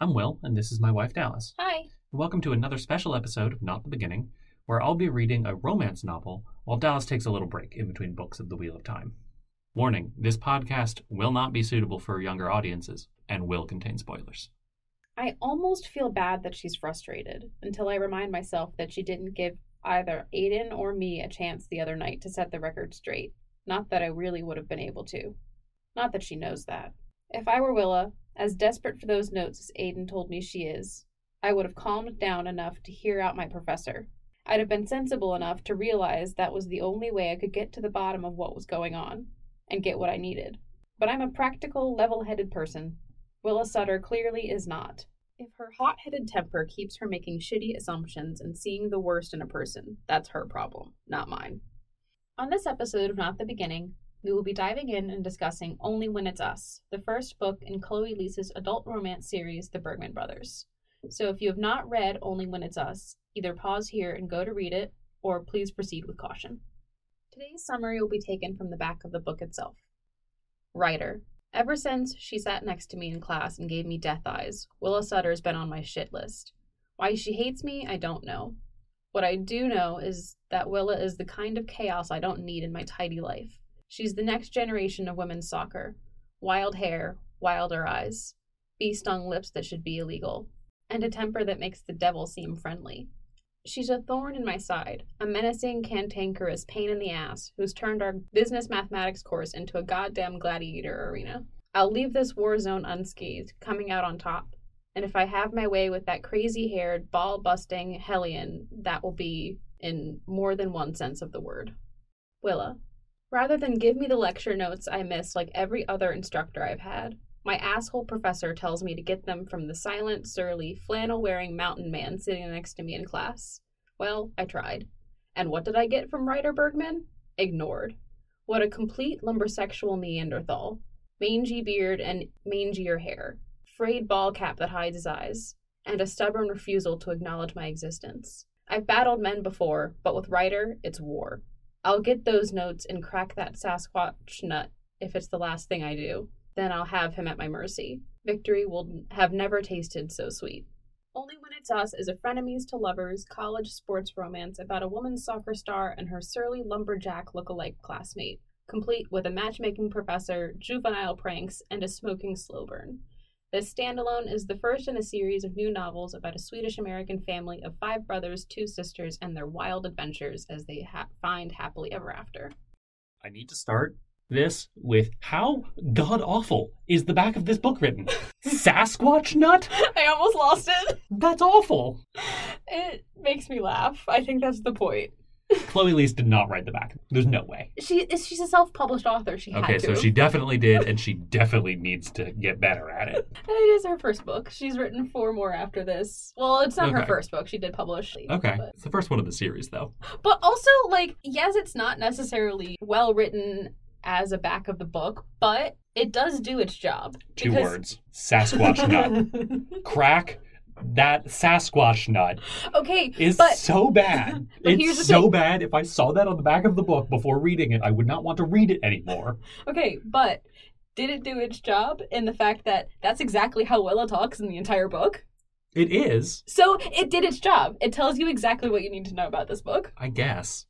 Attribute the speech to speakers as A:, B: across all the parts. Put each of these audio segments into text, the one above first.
A: I'm Will, and this is my wife Dallas.
B: Hi.
A: Welcome to another special episode of Not the Beginning, where I'll be reading a romance novel while Dallas takes a little break in between books of The Wheel of Time. Warning this podcast will not be suitable for younger audiences and will contain spoilers.
B: I almost feel bad that she's frustrated until I remind myself that she didn't give either Aiden or me a chance the other night to set the record straight. Not that I really would have been able to. Not that she knows that. If I were Willa, as desperate for those notes as Aiden told me she is, I would have calmed down enough to hear out my professor. I'd have been sensible enough to realize that was the only way I could get to the bottom of what was going on and get what I needed. But I'm a practical, level headed person. Willa Sutter clearly is not. If her hot headed temper keeps her making shitty assumptions and seeing the worst in a person, that's her problem, not mine. On this episode of Not the Beginning, we will be diving in and discussing Only When It's Us, the first book in Chloe Lee's adult romance series, The Bergman Brothers. So if you have not read Only When It's Us, either pause here and go to read it, or please proceed with caution. Today's summary will be taken from the back of the book itself. Writer. Ever since she sat next to me in class and gave me death eyes, Willa Sutter's been on my shit list. Why she hates me, I don't know. What I do know is that Willa is the kind of chaos I don't need in my tidy life. She's the next generation of women's soccer. Wild hair, wilder eyes, bee stung lips that should be illegal, and a temper that makes the devil seem friendly. She's a thorn in my side, a menacing, cantankerous pain in the ass who's turned our business mathematics course into a goddamn gladiator arena. I'll leave this war zone unscathed, coming out on top. And if I have my way with that crazy haired, ball busting hellion, that will be in more than one sense of the word. Willa. Rather than give me the lecture notes I miss like every other instructor I've had, my asshole professor tells me to get them from the silent, surly, flannel wearing mountain man sitting next to me in class. Well, I tried. And what did I get from Ryder Bergman? Ignored. What a complete lumbersexual Neanderthal. Mangy beard and mangier hair, frayed ball cap that hides his eyes, and a stubborn refusal to acknowledge my existence. I've battled men before, but with Ryder, it's war. I'll get those notes and crack that Sasquatch nut if it's the last thing I do then I'll have him at my mercy. Victory will have never tasted so sweet. Only When It's Us is a frenemies to lovers college sports romance about a woman soccer star and her surly lumberjack look-alike classmate, complete with a matchmaking professor, juvenile pranks, and a smoking slow burn. This standalone is the first in a series of new novels about a Swedish American family of five brothers, two sisters, and their wild adventures as they ha- find happily ever after.
A: I need to start this with how god awful is the back of this book written? Sasquatch nut?
B: I almost lost it.
A: That's awful.
B: It makes me laugh. I think that's the point.
A: Chloe Lees did not write the back. There's no way.
B: She is she's a self-published author. She
A: Okay,
B: had to.
A: so she definitely did, and she definitely needs to get better at it.
B: It is her first book. She's written four more after this. Well, it's not
A: Okay.
B: her first book. She did publish.
A: Okay.
B: But,
A: It's the first one of the series, though.
B: but also, like, yes, it's not necessarily well written as a back of the book, but it does do its job.
A: Two
B: Because-
A: words Sasquatch nut. Crack that Sasquatch nut
B: okay,
A: is
B: But-
A: so bad.
B: but here's the
A: it's so
B: thing.
A: bad. If I saw that on the back of the book before reading it, I would not want to read it anymore.
B: okay, but did it do its job in the fact that that's exactly how Willa talks in the entire book?
A: It is,
B: So it did its job. It tells you exactly what you need to know about this book.
A: I guess.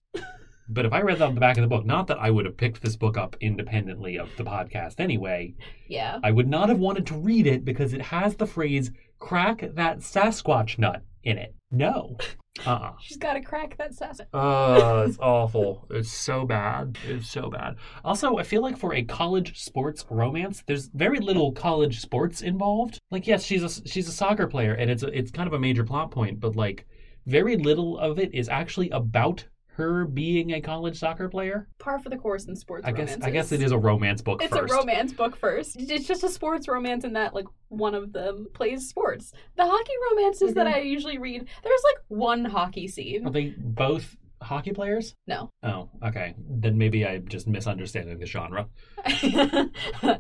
A: But if I read that on the back of the book, not that I would have picked this book up independently of the podcast anyway,
B: Yeah.
A: I would not have wanted to read it because it has the phrase crack that Sasquatch nut in it. No. Uh-uh.
B: She's got to crack that sass.
A: Oh, it's awful. It's so bad. It's so bad. Also, I feel like for a college sports romance, there's very little college sports involved. Like, yes, she's a she's a soccer player, and it's a, it's kind of a major plot point, but like, very little of it is actually about her being a college soccer player.
B: Par for the course in sports
A: I guess I guess
B: romances.
A: it is a romance book
B: It's
A: first.
B: a romance book first. It's just a sports romance in that like one of them plays sports.
A: Mm-hmm.
B: The hockey romances that I usually read, there's like one hockey
A: Are
B: scene.
A: they both hockey players?
B: No.
A: Oh, okay. Then maybe I'm just misunderstanding the genre.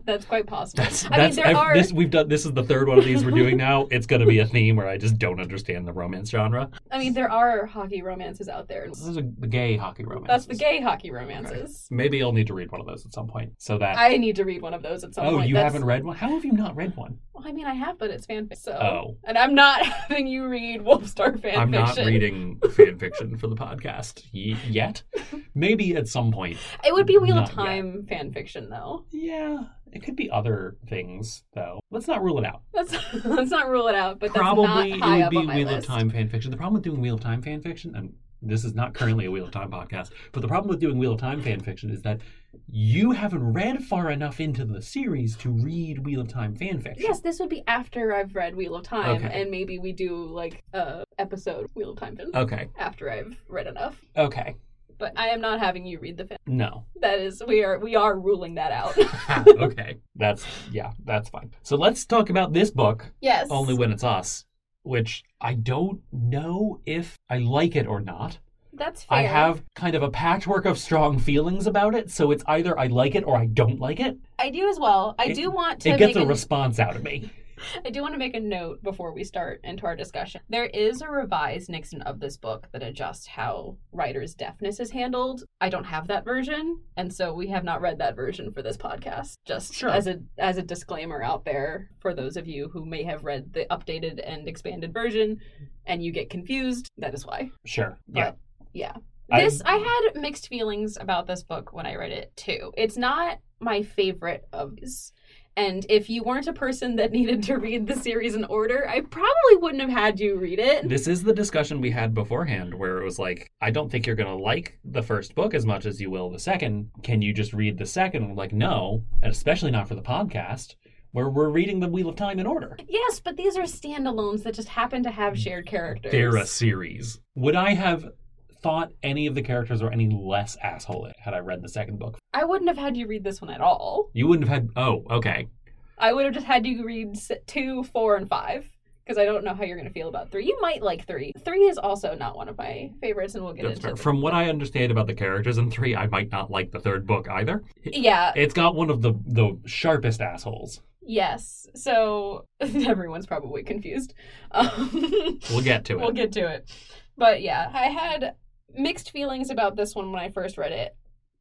B: that's quite possible.
A: That's
B: I
A: that's
B: mean, there
A: I've-
B: are.
A: this we've done. This is the third one of these we're doing now. It's going to be a theme where I just don't understand the romance genre.
B: I mean, there are hockey romances out there.
A: This is a the gay hockey romance.
B: That's the gay hockey romances.
A: Maybe I'll need to read one of those at some point. So that.
B: I need to read one of those at some
A: oh,
B: point.
A: you
B: That's-
A: haven't read one? How have you not read one?
B: Well, I mean, I have, but it's fanfic. So.
A: Oh.
B: And I'm not having you read Wolfstar fanfiction.
A: I'm not reading fan fiction for the podcast y- yet. Maybe at some point.
B: It would be Wheel
A: Not
B: of
A: yet.
B: Time fanfiction, though.
A: Yeah, it could be other things though. Let's not rule it out.
B: That's let's not rule it out, but
A: Probably it
B: that's not high
A: would
B: up
A: be
B: on my
A: Wheel of
B: list.
A: Time fan fiction. The problem with doing Wheel of Time fan fiction, and this is not currently a Wheel of Time podcast, but the problem with doing Wheel of Time fan fiction is that you haven't read far enough into the series to read Wheel of Time fan fiction.
B: Yes, this would be after I've read Wheel of Time,
A: Okay. Oh.
B: and maybe we do like a episode Wheel of Time fan
A: Okay.
B: after I've read enough.
A: Okay.
B: But I am not having you read the fan.
A: No.
B: That is, we are we are ruling that out.
A: okay. That's yeah. That's fine. So let's talk about this book
B: yes.
A: only when it's us, which I don't know if I like it or not.
B: that's fair.
A: I have kind of a patchwork of strong feelings about it, so it's either I like it or I don't like it.
B: I do as well. I
A: It-
B: do want to
A: It gets
B: make
A: a
B: a-
A: response out of me.
B: I do want to make a note before we start into our discussion. There is a revised Nixon of this book that adjusts how writer's deafness is handled. I don't have that version, and so we have not read that version for this podcast. Just
A: Sure.
B: as a as a disclaimer out there for those of you who may have read the updated and expanded version and you get confused, that is why.
A: Sure.
B: But
A: Yeah.
B: yeah.
A: I-
B: This I had mixed feelings about this book when I read it too. It's not my favorite of these. And if you weren't a person that needed to read the series in order, I probably wouldn't have had you read it.
A: This is the discussion we had beforehand where it was like, I don't think you're going to like the first book as much as you will the second. Can you just read the second? I'm like, no, and especially not for the podcast where we're reading The Wheel of Time in order.
B: Yes, but these are standalones that just happen to have shared characters.
A: They're a series. Would I have thought any of the characters were any less asshole had I read the second book?
B: I wouldn't have had you read this one at all.
A: You wouldn't have had. Oh, okay.
B: I would have just had you read s- two, four, and five because I don't know how you're going to feel about three. You might like three. Three is also not one of my favorites, and we'll get
A: That's
B: into
A: fair.
B: it.
A: From what I understand about the characters in three, I might not like the third book either.
B: Yeah,
A: It's got one of the the sharpest assholes.
B: Yes. So everyone's probably confused. Um,
A: We'll get to it.
B: we'll get to it. But yeah, I had mixed feelings about this one when I first read it.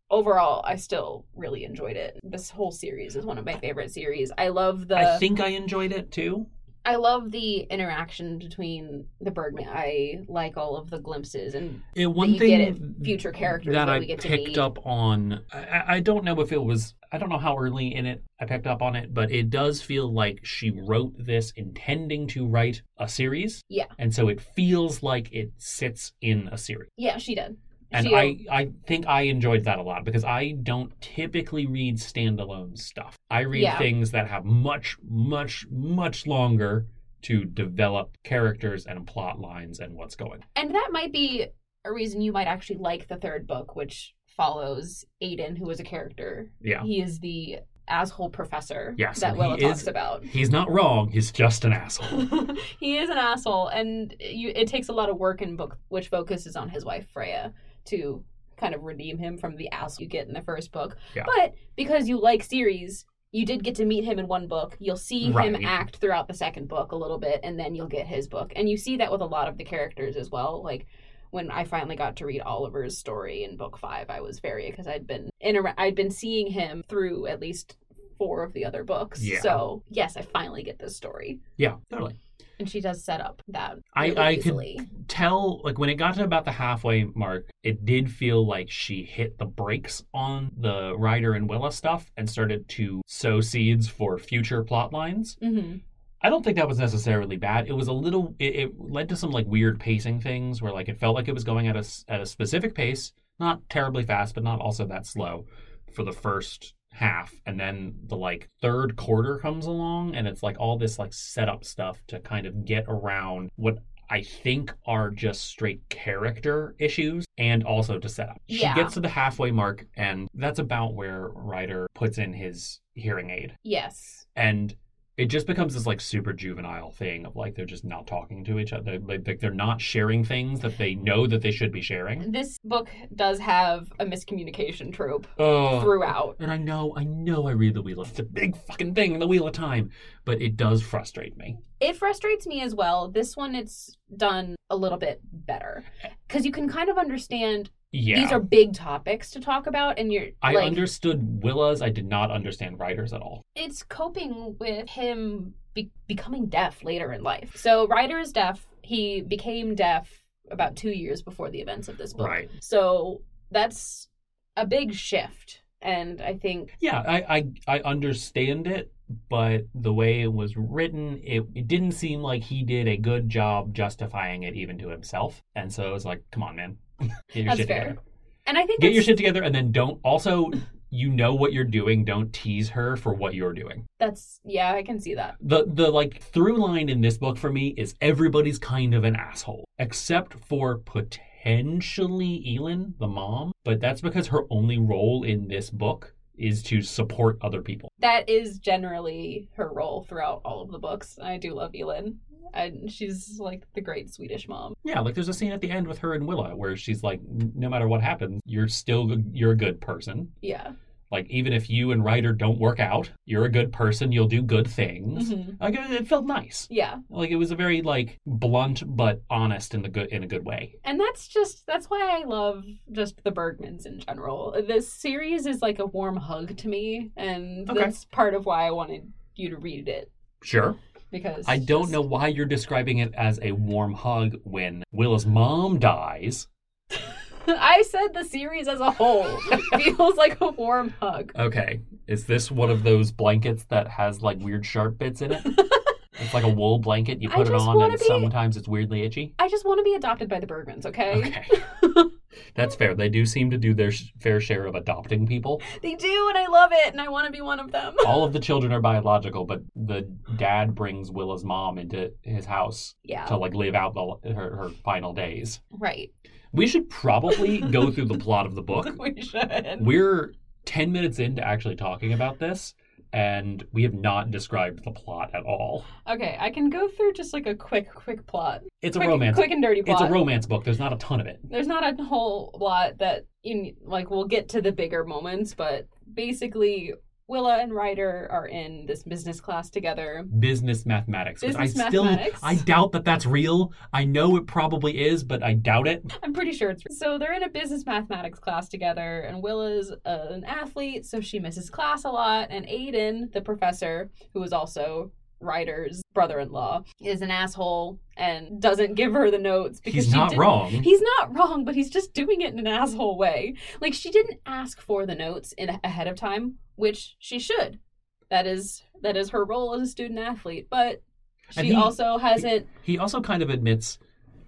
B: Overall, I still really enjoyed it. This whole series is one of my favorite series. I love the
A: I think I enjoyed it too.
B: I love the interaction between the Bergman. I like all of the glimpses and
A: It,
B: you get it, future characters
A: that,
B: that
A: I
B: we get to
A: picked
B: meet.
A: up on, I- I, I don't know if it was, I don't know how early in it I picked up on it, but it does feel like she wrote this intending to write a series.
B: Yeah.
A: And so it feels like it sits in a series.
B: yeah, she did.
A: And
B: she,
A: I, I think I enjoyed that a lot because I don't typically read standalone stuff. I read
B: Yeah.
A: things that have much, much, much longer to develop characters and plot lines and what's going.
B: And that might be a reason you might actually like the third book, which follows Aiden, who is a character.
A: Yeah.
B: He is the asshole professor
A: Yes,
B: that
A: and
B: Willa
A: he
B: talks
A: is-
B: about.
A: He's not wrong, he's just an asshole.
B: he is an asshole, and you, it takes a lot of work in book, which focuses on his wife Freya to kind of redeem him from the ass you get in the first book.
A: Yeah.
B: But because you like series, you did get to meet him in one book. You'll see
A: Right.
B: him act throughout the second book a little bit, and then you'll get his book. And you see that with a lot of the characters as well. Like when I finally got to read Oliver's story in book five, I was very because I'd been inter- I'd been seeing him through at least four of the other books.
A: Yeah.
B: So yes, I finally get this story
A: yeah, totally.
B: and she does set up that
A: I-
B: really
A: I could-
B: easily.
A: Tell, like, when it got to about the halfway mark, it did feel like she hit the brakes on the Ryder and Willa stuff and started to sow seeds for future plot lines.
B: hmm
A: I don't think that was necessarily bad. It was a little. It, it led to some like weird pacing things where like it felt like it was going at a s- at a specific pace, not terribly fast, but not also that slow, for the first half, and then the like third quarter comes along, and it's like all this like setup stuff to kind of get around what I think are just straight character issues, and also to set up.
B: Yeah.
A: She gets to the halfway mark, and that's about where Ryder puts in his hearing aid
B: Yes.
A: and it just becomes this like super juvenile thing of like they're just not talking to each other. Like like, they're not sharing things that they know that they should be sharing.
B: This book does have a miscommunication trope
A: Oh.
B: throughout.
A: And I know, I know I read the Wheel of It's a big fucking thing, the Wheel of Time. But it does frustrate me.
B: It frustrates me as well. This one, it's done a little bit better because you can kind of understand
A: Yeah.
B: these are big topics to talk about, and you're
A: I
B: like,
A: understood Willa's, I did not understand writers at all.
B: it's coping with him be- becoming deaf later in life. So Ryder is deaf. He became deaf about two years before the events of this book.
A: Right.
B: So that's a big shift, and I think
A: Yeah, I, I I understand it, but the way it was written, it, it didn't seem like he did a good job justifying it even to himself. And so it was like, come on, man. Get your
B: That's
A: shit
B: fair.
A: together.
B: and I think
A: Get your
B: that's-
A: shit together and then don't also you know what you're doing, don't tease her for what you're doing.
B: that's yeah, I can see that.
A: The the like through line in this book for me is everybody's kind of an asshole, except for potentially Elin, the mom, but that's because her only role in this book is to support other people.
B: that is generally her role throughout all of the books. I do love Elin. And she's like the great Swedish mom.
A: Yeah, like there's a scene at the end with her and Willa where she's like, no matter what happens, you're still you're a good person.
B: Yeah.
A: Like even if you and Ryder don't work out, you're a good person. You'll do good things.
B: Mhm.
A: Like it it felt nice.
B: Yeah.
A: Like it was a very like blunt but honest in the good in a good way.
B: And that's just that's why I love just the Bergmans in general. This series is like a warm hug to me and
A: Okay.
B: that's part of why I wanted you to read it
A: Sure.
B: because
A: I don't
B: just-
A: know why you're describing it as a warm hug when Willa's mom dies.
B: I said the series as a whole feels like a warm hug.
A: Okay, is this one of those blankets that has like weird sharp bits in it? it's like a wool blanket. You
B: I
A: put it
B: just
A: on,
B: wanna
A: and
B: be-
A: sometimes it's weirdly itchy.
B: I just want to be adopted by the Bergmans, okay?
A: Okay. That's fair. They do seem to do their sh- fair share of adopting people.
B: They do and I love it and I want to be one of them.
A: All of the children are biological, but the dad brings Willa's mom into his house
B: Yeah.
A: to like live out the, her, her final days.
B: Right.
A: We should probably go through the plot of the book.
B: we should.
A: We're 10 minutes into actually talking about this, and we have not described the plot at all.
B: Okay, I can go through just like a quick, quick plot.
A: It's
B: quick,
A: a romance.
B: Quick and dirty plot.
A: it's a romance book. There's not a ton of it.
B: There's not a whole lot that you need, like. We'll get to the bigger moments, but basically, Willa and Ryder are in this business class together.
A: Business mathematics. which
B: Business
A: I still
B: mathematics.
A: I doubt that that's real. I know it probably is, but I doubt it.
B: I'm pretty sure it's so. They're in a business mathematics class together, and Willa's uh, an athlete, so she misses class a lot. And Aiden, the professor, who is also Ryder's brother-in-law, is an asshole and doesn't give her the notes because
A: He's
B: she
A: not
B: didn't-
A: wrong.
B: He's not wrong, but he's just doing it in an asshole way. Like she didn't ask for the notes in ahead of time, which she should. That is that is her role as a student athlete, but she
A: And he-
B: also hasn't.
A: He also kind of admits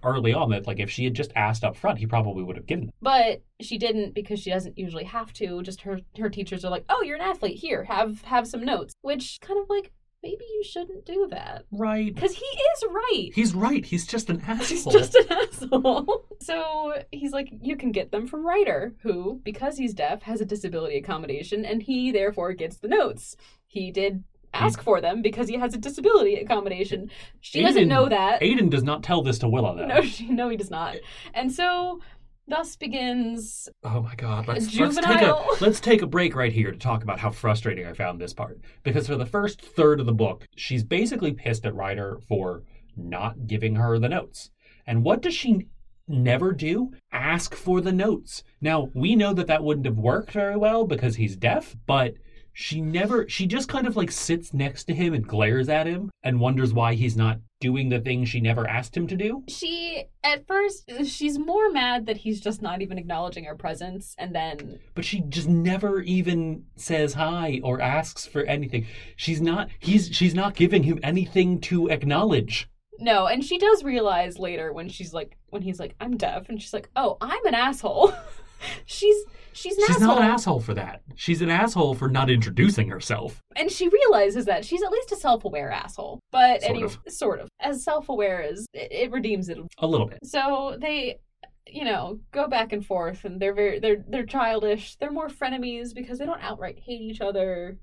A: early on that like if she had just asked up front, he probably would have given. Them.
B: But she didn't because she doesn't usually have to. Just her her teachers are like, "Oh, you're an athlete. Here, have have some notes." Which kind of like maybe you shouldn't do that
A: Right.
B: because he is right.
A: He's right. He's just an asshole.
B: He's just an asshole. So he's like, you can get them from Ryder, who, because he's deaf, has a disability accommodation, and he therefore gets the notes. He did ask for them because he has a disability accommodation. She doesn't
A: Aiden-
B: know that.
A: Aiden does not tell this to Willa though.
B: No, she no, he does not. And so, thus begins.
A: Oh my god, let's, let's take a
B: Juvenile.
A: let's take a break right here to talk about how frustrating I found this part. Because for the first third of the book, she's basically pissed at Ryder for not giving her the notes. And what does she never do? Ask for the notes. Now, we know that that wouldn't have worked very well because he's deaf, but she never she just kind of like sits next to him and glares at him and wonders why he's not doing the thing she never asked him to do.
B: She at first she's more mad that he's just not even acknowledging her presence, and then
A: but she just never even says hi or asks for anything. She's not he's she's not giving him anything to acknowledge.
B: No, and she does realize later when she's like, when he's like, I'm deaf, and she's like, oh, I'm an asshole. she's she's an
A: she's
B: asshole,
A: not an asshole for that. She's an asshole for not introducing herself.
B: and she realizes that she's at least a self-aware asshole. But
A: Sort
B: anyway,
A: of.
B: sort of as self-aware as it, it redeems it.
A: A little bit.
B: So they, you know, go back and forth, and they're very they're they're childish. They're more frenemies because they don't outright hate each other.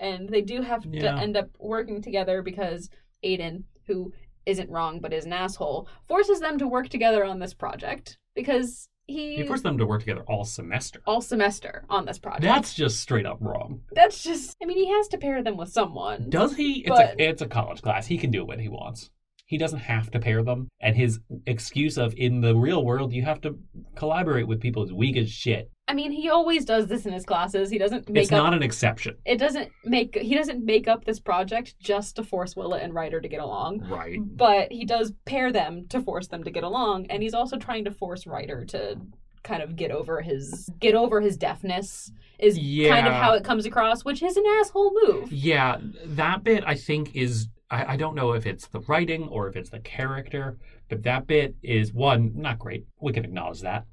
B: and they do have
A: Yeah.
B: to end up working together because Aiden, who isn't wrong but is an asshole, forces them to work together on this project because he,
A: He forced them to work together all semester.
B: all semester on this project.
A: That's just straight up wrong.
B: that's just. I mean, he has to pair them with someone.
A: Does he? It's,
B: But-
A: a, it's a college class. He can do what he wants. He doesn't have to pair them. And his excuse of in the real world, you have to collaborate with people is weak as shit.
B: I mean, he always does this in his classes. He doesn't make
A: it's
B: up.
A: not an exception.
B: it doesn't make he doesn't make up this project just to force Willa and Ryder to get along.
A: Right.
B: but he does pair them to force them to get along and he's also trying to force Ryder to kind of get over his get over his deafness is kind of
A: Yeah.
B: how it comes across which is an asshole move
A: Yeah, that bit I think is I, I don't know if it's the writing or if it's the character, but that bit is one, not great. We can acknowledge that.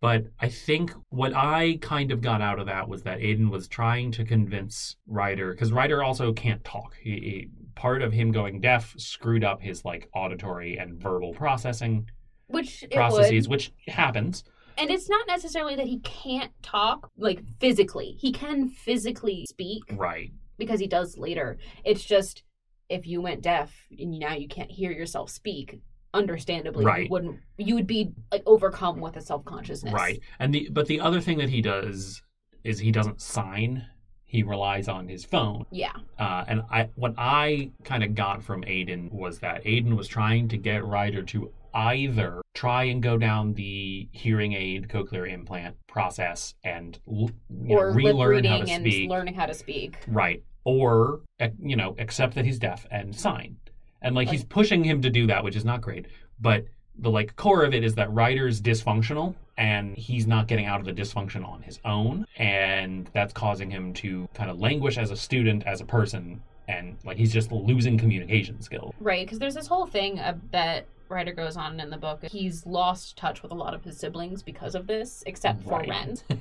A: But I think what I kind of got out of that was that Aiden was trying to convince Ryder, because Ryder also can't talk. He, he, part of him going deaf screwed up his like auditory and verbal processing
B: which it would
A: processes, which happens.
B: and it's not necessarily that he can't talk like physically he can physically speak
A: Right.
B: because he does later it's just if you went deaf and now you can't hear yourself speak understandably
A: Right.
B: you wouldn't you would be like overcome with a self-consciousness
A: Right. And the but the other thing that he does is he doesn't sign. He relies on his phone.
B: yeah
A: Uh, and I, what I kind of got from Aiden was that Aiden was trying to get Ryder to either try and go down the hearing aid cochlear implant process and l- you know,
B: or lip
A: relearn
B: reading
A: how to
B: and
A: speak,
B: learning how to speak.
A: right? Or ac- you know, accept that he's deaf and sign. And like he's pushing him to do that, which is not great. But the like core of it is that Ryder's dysfunctional and he's not getting out of the dysfunction on his own and that's causing him to kind of languish as a student as a person and like he's just losing communication skills
B: Right, because there's this whole thing uh, that Ryder goes on in the book. He's lost touch with a lot of his siblings because of this, except for
A: Right.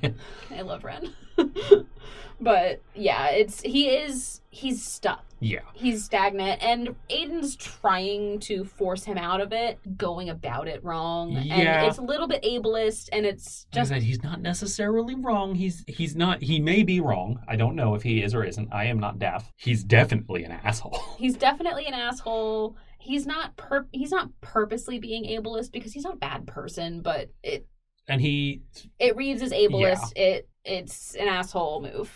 B: Ren. I love Ren. but yeah, it's he is he's stuck.
A: yeah
B: He's stagnant and Aiden's trying to force him out of it, going about it wrong.
A: Yeah.
B: And it's a little bit ableist and it's
A: just
B: just
A: that he's not necessarily wrong he's he's not he may be wrong i don't know if he is or isn't i am not deaf he's definitely an asshole
B: he's definitely an asshole. He's not per- he's not purposely being ableist because he's not a bad person, but it
A: and he
B: it reads as ableist. It it's an asshole move.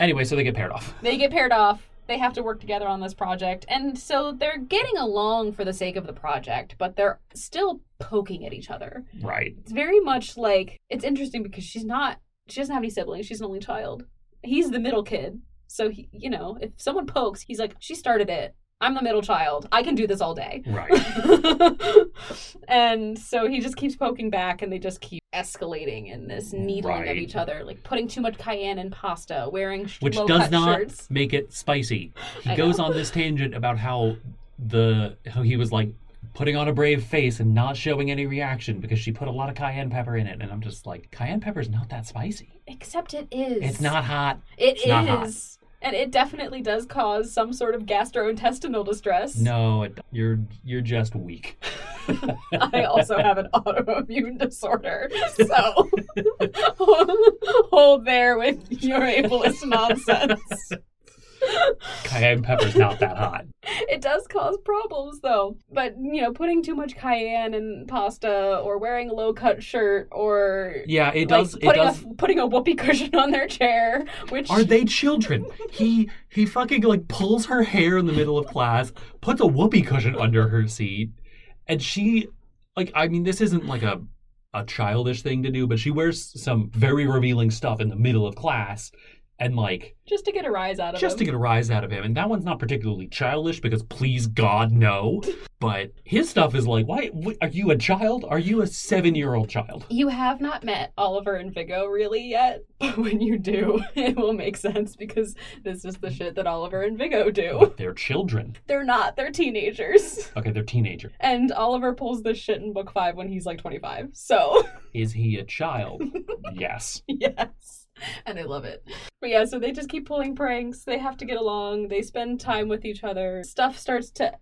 A: anyway so they get paired off
B: They get paired off. They have to work together on this project, and so they're getting along for the sake of the project, but they're still poking at each other.
A: right
B: It's very much like it's interesting because she's not she doesn't have any siblings. She's an only child. He's the middle kid, so he you know if someone pokes, he's like she started it. I'm the middle child. I can do this all day.
A: right
B: and so he just keeps poking back and they just keep escalating in this needling of
A: Right.
B: each other like putting too much cayenne in pasta wearing sh-
A: which
B: low-cut
A: does not
B: shirts
A: make it spicy. He
B: I
A: goes
B: know.
A: on this tangent about how the how he was like putting on a brave face and not showing any reaction because she put a lot of cayenne pepper in it, and I'm just like, cayenne pepper's not that spicy.
B: except it is
A: It's not hot.
B: It
A: it's not hot.
B: is. and it definitely does cause some sort of gastrointestinal distress
A: No, it, you're you're just weak.
B: i also have an autoimmune disorder so hold there with your ableist nonsense
A: Cayenne pepper's not that hot.
B: it does cause problems though. But you know, putting too much cayenne in pasta or wearing a low cut shirt or
A: Yeah, it
B: like,
A: does. It
B: putting
A: does.
B: a putting a whoopee cushion on their chair, which
A: Are they children? He he fucking like pulls her hair in the middle of class, puts a whoopee cushion under her seat, and she like I mean this isn't like a a childish thing to do, but she wears some very revealing stuff in the middle of class and like
B: just to get a rise out of
A: just to
B: him.
A: get a rise out of him. And that one's not particularly childish because please God no. But his stuff is like, why wh- are you a child? Are you a 7-year-old child?
B: you have not met Oliver and Vigo really yet, but when you do, it will make sense because this is the shit that Oliver and Vigo do.
A: But they're children.
B: They're not, they're teenagers.
A: Okay, they're teenagers.
B: And Oliver pulls this shit in book five when he's like 25. So.
A: Is he a child? yes.
B: yes. And I love it. But yeah, so they just keep pulling pranks. They have to get along. They spend time with each other. Stuff starts to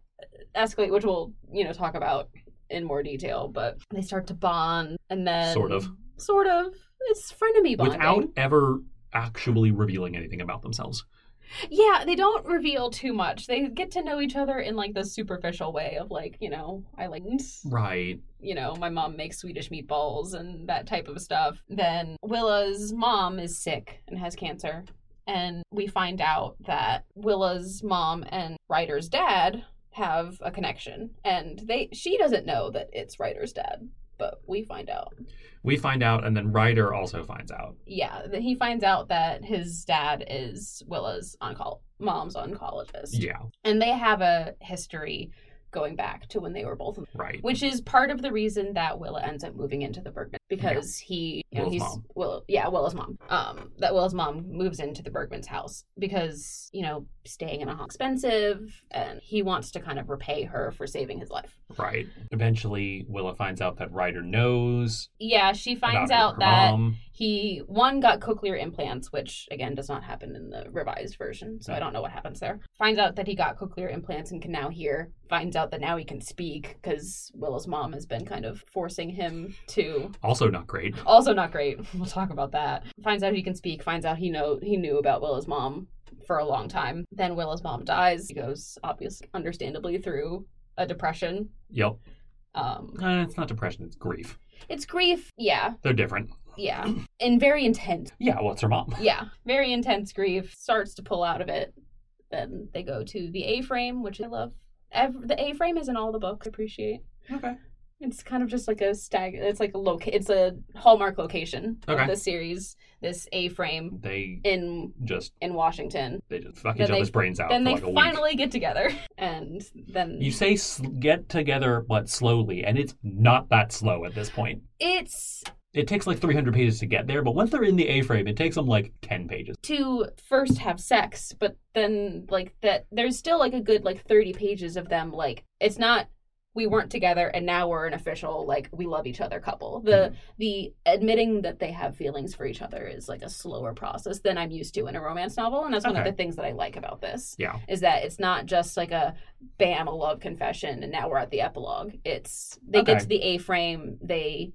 B: escalate, which we'll, you know, talk about in more detail, but they start to bond and then
A: Sort of.
B: Sort of. It's frenemy bonding.
A: without ever actually revealing anything about themselves.
B: Yeah, they don't reveal too much. They get to know each other in like the superficial way of like, you know, I like,
A: Right.
B: you know, my mom makes Swedish meatballs and that type of stuff. Then Willa's mom is sick and has cancer. And we find out that Willa's mom and Ryder's dad have a connection. And they she doesn't know that it's Ryder's dad, but we find out.
A: We find out, and then Ryder also finds out.
B: Yeah, that he finds out that his dad is Willa's oncol- mom's oncologist.
A: Yeah.
B: And they have a history going back to when they were both
A: Right.
B: which is part of the reason that Willa ends up moving into the Bergman because he you know,
A: Willa's
B: he's
A: mom.
B: Will yeah Willa's mom um that Willa's mom moves into the Bergman's house because you know staying in a home expensive and he wants to kind of repay her for saving his life.
A: Right. Eventually, Willa finds out that Ryder knows.
B: Yeah, she finds
A: about
B: out
A: her
B: that
A: mom.
B: he one got cochlear implants, which again does not happen in the revised version, so I don't know what happens there. Finds out that he got cochlear implants and can now hear. Finds out that now he can speak because Willa's mom has been kind of forcing him to
A: Also, not great.
B: also not great. We'll talk about that. Finds out he can speak. Finds out he know he knew about Willa's mom for a long time. Then Willa's mom dies. He goes obviously, understandably, through a depression.
A: Yep.
B: Um,
A: Uh, it's not depression, it's grief.
B: it's grief. Yeah,
A: They're different.
B: yeah, and very intense.
A: Yeah, well, it's her mom.
B: Yeah, very intense grief. Starts to pull out of it. Then they go to the A frame, which I love. Ev- the A frame is in all the books. I appreciate.
A: Okay.
B: It's kind of just like a stag. It's like a loc. It's a hallmark location
A: Okay.
B: of the series. This A frame
A: They
B: in
A: just
B: in Washington.
A: they just fuck
B: Then
A: each other's
B: they-
A: brains out
B: then
A: for
B: they
A: like a week.
B: finally get together, and then
A: You say sl- get together, but slowly, and it's not that slow at this point.
B: it's
A: It takes like 300 pages to get there, but once they're in the A frame, it takes them like 10 pages.
B: to first have sex, but then like that. There's still like a good like thirty pages of them. Like it's not we weren't together, and now we're an official like we love each other couple.
A: Mm-hmm.
B: The the admitting that they have feelings for each other is like a slower process than I'm used to in a romance novel, and that's one
A: Okay.
B: of the things that I like about this.
A: Yeah.
B: is that it's not just like a bam a love confession and now we're at the epilogue it's they
A: Okay.
B: get to the a frame they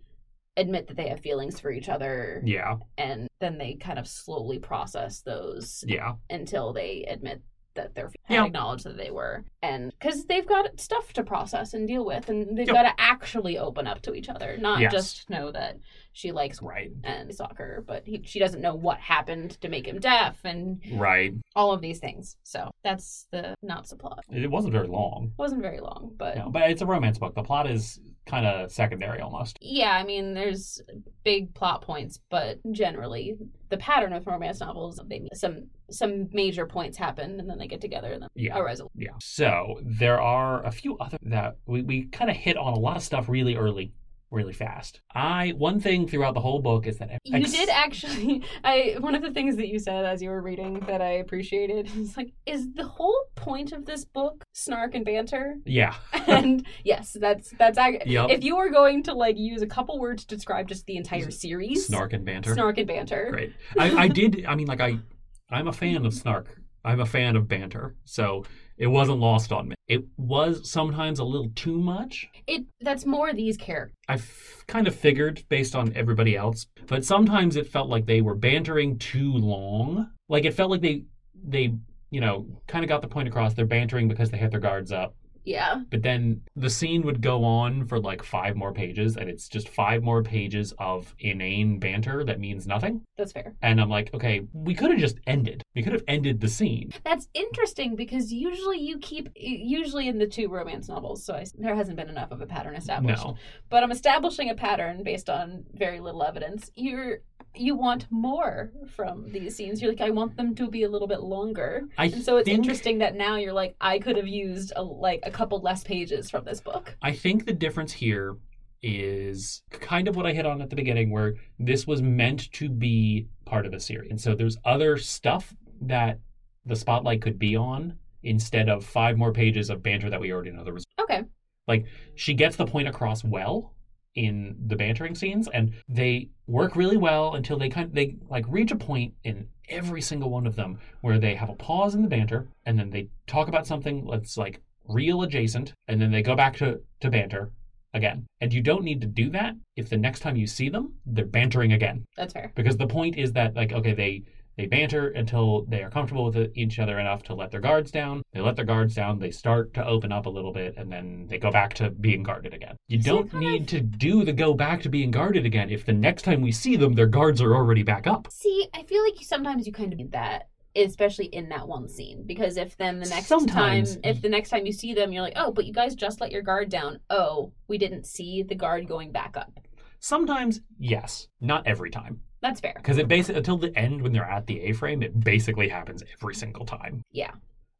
B: admit that they have feelings for each other
A: Yeah.
B: and then they kind of slowly process those
A: Yeah.
B: until they admit that they're
A: Yeah.
B: acknowledge that they were and because they've got stuff to process and deal with and they've
A: Yep.
B: got to actually open up to each other not
A: Yes.
B: just know that she likes
A: Right.
B: and soccer but he, she doesn't know what happened to make him deaf and
A: Right.
B: all of these things. So that's the not so plot.
A: It wasn't very long.
B: Wasn't very long, but
A: No, but it's a romance book. The plot is kind of secondary almost.
B: yeah, I mean, there's big plot points, but generally the pattern with romance novels, they some some major points happen and then they get together and then
A: Yeah.
B: a resolution.
A: Yeah. So there are a few other that we, we kind of hit on a lot of stuff really early, really fast. I one thing throughout the whole book is that
B: You did actually. I one of the things that you said as you were reading that I appreciated is like, is the whole point of this book snark and banter?
A: yeah.
B: and yes, that's that's. ac-
A: Yep.
B: If you were going to like use a couple words to describe just the entire series,
A: Snark and banter.
B: snark and banter.
A: Great. I, I did. I mean, like I, I'm a fan of snark. I'm a fan of banter. So it wasn't lost on me. It was sometimes a little too much.
B: It that's more these characters.
A: I f- kind of figured based on everybody else, but sometimes it felt like they were bantering too long. Like it felt like they they you know kind of got the point across. They're bantering because they had their guards up.
B: Yeah.
A: But then the scene would go on for like five more pages, and it's just five more pages of inane banter that means nothing.
B: That's fair.
A: And I'm like, okay, we could have just ended. We could have ended the scene.
B: That's interesting because usually you keep usually in the two romance novels, so I, there hasn't been enough of a pattern established.
A: No.
B: But I'm establishing a pattern based on very little evidence. You're you want more from these scenes. You're like, I want them to be a little bit longer.
A: I
B: And so it's
A: think,
B: interesting that now you're like, I could have used a, like a couple less pages from this book.
A: I think the difference here is kind of what I hit on at the beginning, where this was meant to be part of the series. And so there's other stuff that the spotlight could be on instead of five more pages of banter that we already know the result.
B: Okay.
A: She gets the point across well in the bantering scenes and they work really well until they kind of, they like reach a point in every single one of them where they have a pause in the banter and then they talk about something that's like real adjacent and then they go back to to banter again and you don't need to do that if the next time you see them they're bantering again
B: That's fair.
A: because the point is that like okay they They banter until they are comfortable with each other enough to let their guards down. They let their guards down, they start to open up a little bit, and then they go back to being guarded again. You
B: So
A: don't
B: kind
A: need to do the go back to being guarded again if the next time we see them, their guards are already back up.
B: See, I feel like you sometimes you kind of need that, especially in that one scene, because if then the next
A: Sometimes.
B: time, if the next time you see them, you're like, oh, but you guys just let your guard down. Oh, we didn't see the guard going back up.
A: Sometimes, yes, not every time.
B: That's fair.
A: Because it basically, until the end when they're at the A frame, it basically happens every single time.
B: Yeah.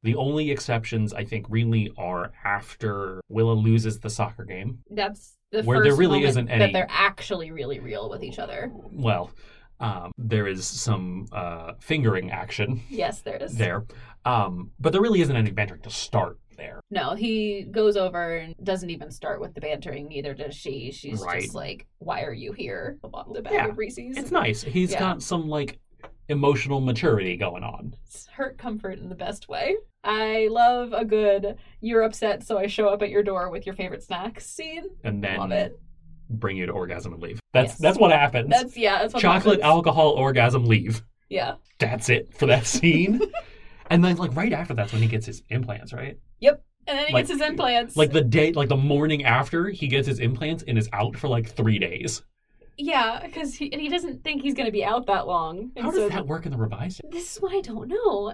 A: The only exceptions, I think, really are after Willa loses the soccer game.
B: That's the
A: Where
B: first
A: there really
B: moment
A: isn't any-
B: that they're actually really real with each other.
A: Well, um, there is some uh, fingering action
B: Yes, there is.
A: there, um, but there really isn't any bantering to start there.
B: No, he goes over and doesn't even start with the bantering. Neither does she. She's
A: Right.
B: just like, "Why are you here?" A bottle of bag
A: Yeah.
B: of Reese's.
A: It's nice. He's
B: Yeah.
A: got some like emotional maturity going on.
B: It's hurt comfort in the best way. I love a good "You're upset, so I show up at your door with your favorite snacks" scene.
A: and then
B: Love it.
A: bring you to orgasm and leave. That's
B: Yes.
A: that's what happens.
B: That's yeah. That's what
A: Chocolate,
B: happens.
A: alcohol, orgasm, leave.
B: Yeah.
A: That's it for that scene. and then like right after that's when he gets his implants, right?
B: And then he
A: Like-
B: gets his implants.
A: Like the day like the morning after he gets his implants and is out for like 3 days.
B: yeah, because he and he doesn't think he's gonna be out that long. And
A: How
B: so
A: does that work in the revised?
B: This is what I don't know,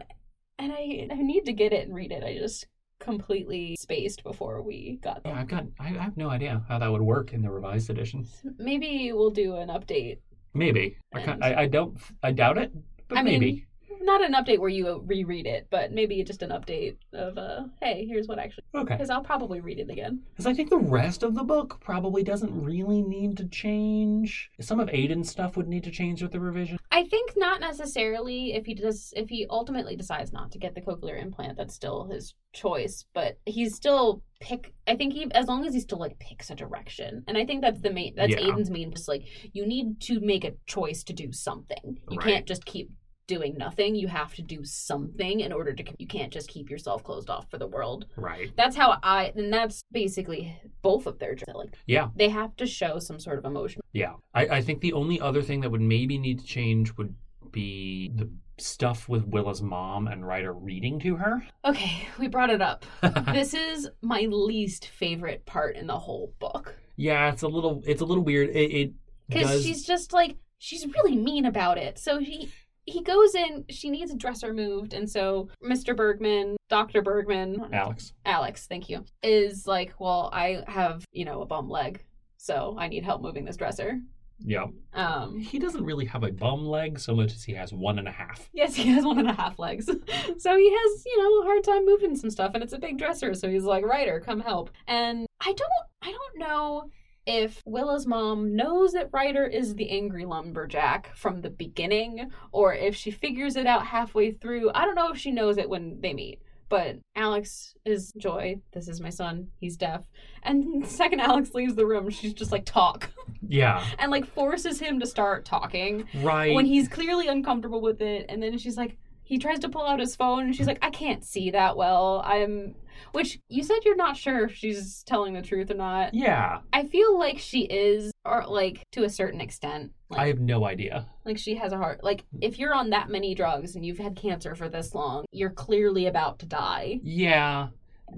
B: and I I need to get it and read it. I just completely spaced before we got
A: Yeah,
B: there.
A: I've got I, I have no idea how that would work in the revised edition.
B: Maybe we'll do an update.
A: Maybe. I,
B: And-
A: can't- I, I don't I doubt it, but
B: I mean-
A: maybe.
B: Not an update where you reread it, but maybe just an update of, uh, hey, here's what actually.
A: okay.
B: Because I'll probably read it again.
A: Because I think the rest of the book probably doesn't really need to change. Some of Aiden's stuff would need to change with the revision.
B: I think not necessarily if he does if he ultimately decides not to get the cochlear implant, that's still his choice. But he's still pick. I think he as long as he still like picks a direction, and I think that's the main. That's
A: Yeah.
B: Aiden's main. Just like you need to make a choice to do something. You
A: Right.
B: can't just keep doing nothing. You have to do something in order to. You can't just keep yourself closed off for the world.
A: Right.
B: That's how I, and that's basically both of their journeys. Like,
A: Yeah.
B: they have to show some sort of emotion.
A: Yeah. I, I think the only other thing that would maybe need to change would be the stuff with Willa's mom and Ryder reading to her.
B: Okay, we brought it up. this is my least favorite part in the whole book
A: yeah, it's a little it's a little weird. It, it
B: because
A: does
B: she's just like she's really mean about it. So he he goes in. She needs a dresser moved, and so Mr. Bergman, Doctor Bergman,
A: Alex.
B: Alex, thank you, is like, well, I have you know a bum leg, so I need help moving this dresser.
A: Yeah.
B: Um,
A: He doesn't really have a bum leg so much as he has one and a half.
B: Yes, he has one and a half legs. so he has, you know, a hard time moving some stuff and it's a big dresser, so he's like, "Ryder, come help." And I don't I don't know if Willa's mom knows that Ryder is the angry lumberjack from the beginning or if she figures it out halfway through. I don't know if she knows it when they meet. But Alex is Joy. This is my son. He's deaf. And the second Alex leaves the room, she's just like talk
A: Yeah.
B: and like forces him to start talking
A: Right.
B: when he's clearly uncomfortable with it and then she's like he tries to pull out his phone and she's like i can't see that well i'm which you said you're not sure if she's telling the truth or not
A: yeah.
B: i feel like she is or like to a certain extent
A: I
B: like,
A: have no idea.
B: like she has a heart like if you're on that many drugs and you've had cancer for this long you're clearly about to die
A: Yeah.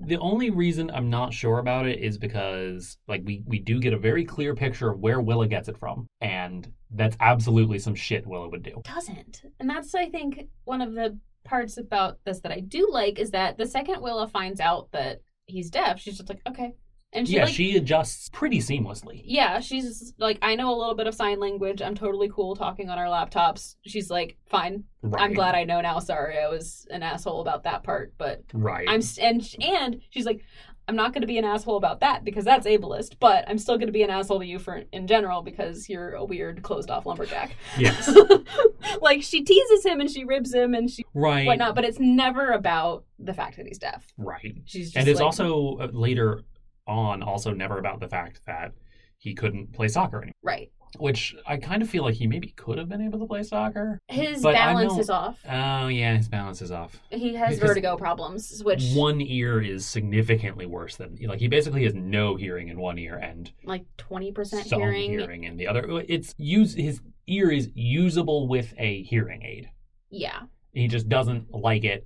A: The only reason I'm not sure about it is because like we we do get a very clear picture of where Willa gets it from and that's absolutely some shit Willa would do.
B: doesn't. And that's, I think, one of the parts about this that I do like is that the second Willa finds out that he's deaf, she's just like, okay. And she,
A: yeah,
B: like,
A: she adjusts pretty seamlessly.
B: yeah, she's like, I know a little bit of sign language. I'm totally cool talking on our laptops. She's like, fine.
A: Right.
B: I'm glad I know now. Sorry, I was an asshole about that part, but
A: Right.
B: I'm s- and and she's like, I'm not going to be an asshole about that because that's ableist, but I'm still going to be an asshole to you for in general because you're a weird closed off lumberjack.
A: Yes.
B: like she teases him and she ribs him and she
A: right.
B: whatnot, but it's never about the fact that he's deaf.
A: Right.
B: She's just
A: and it's
B: like-
A: also uh, later on also never about the fact that he couldn't play soccer anymore,
B: right.
A: which I kind of feel like he maybe could have been able to play soccer.
B: His
A: But I
B: balance
A: know-
B: is off.
A: Oh yeah, his balance is off.
B: He has
A: because-
B: vertigo problems, which
A: one ear is significantly worse than like he basically has no hearing in one ear and
B: like twenty percent
A: some hearing. in the other. It's use his ear is usable with a hearing aid.
C: Yeah.
A: He just doesn't like it.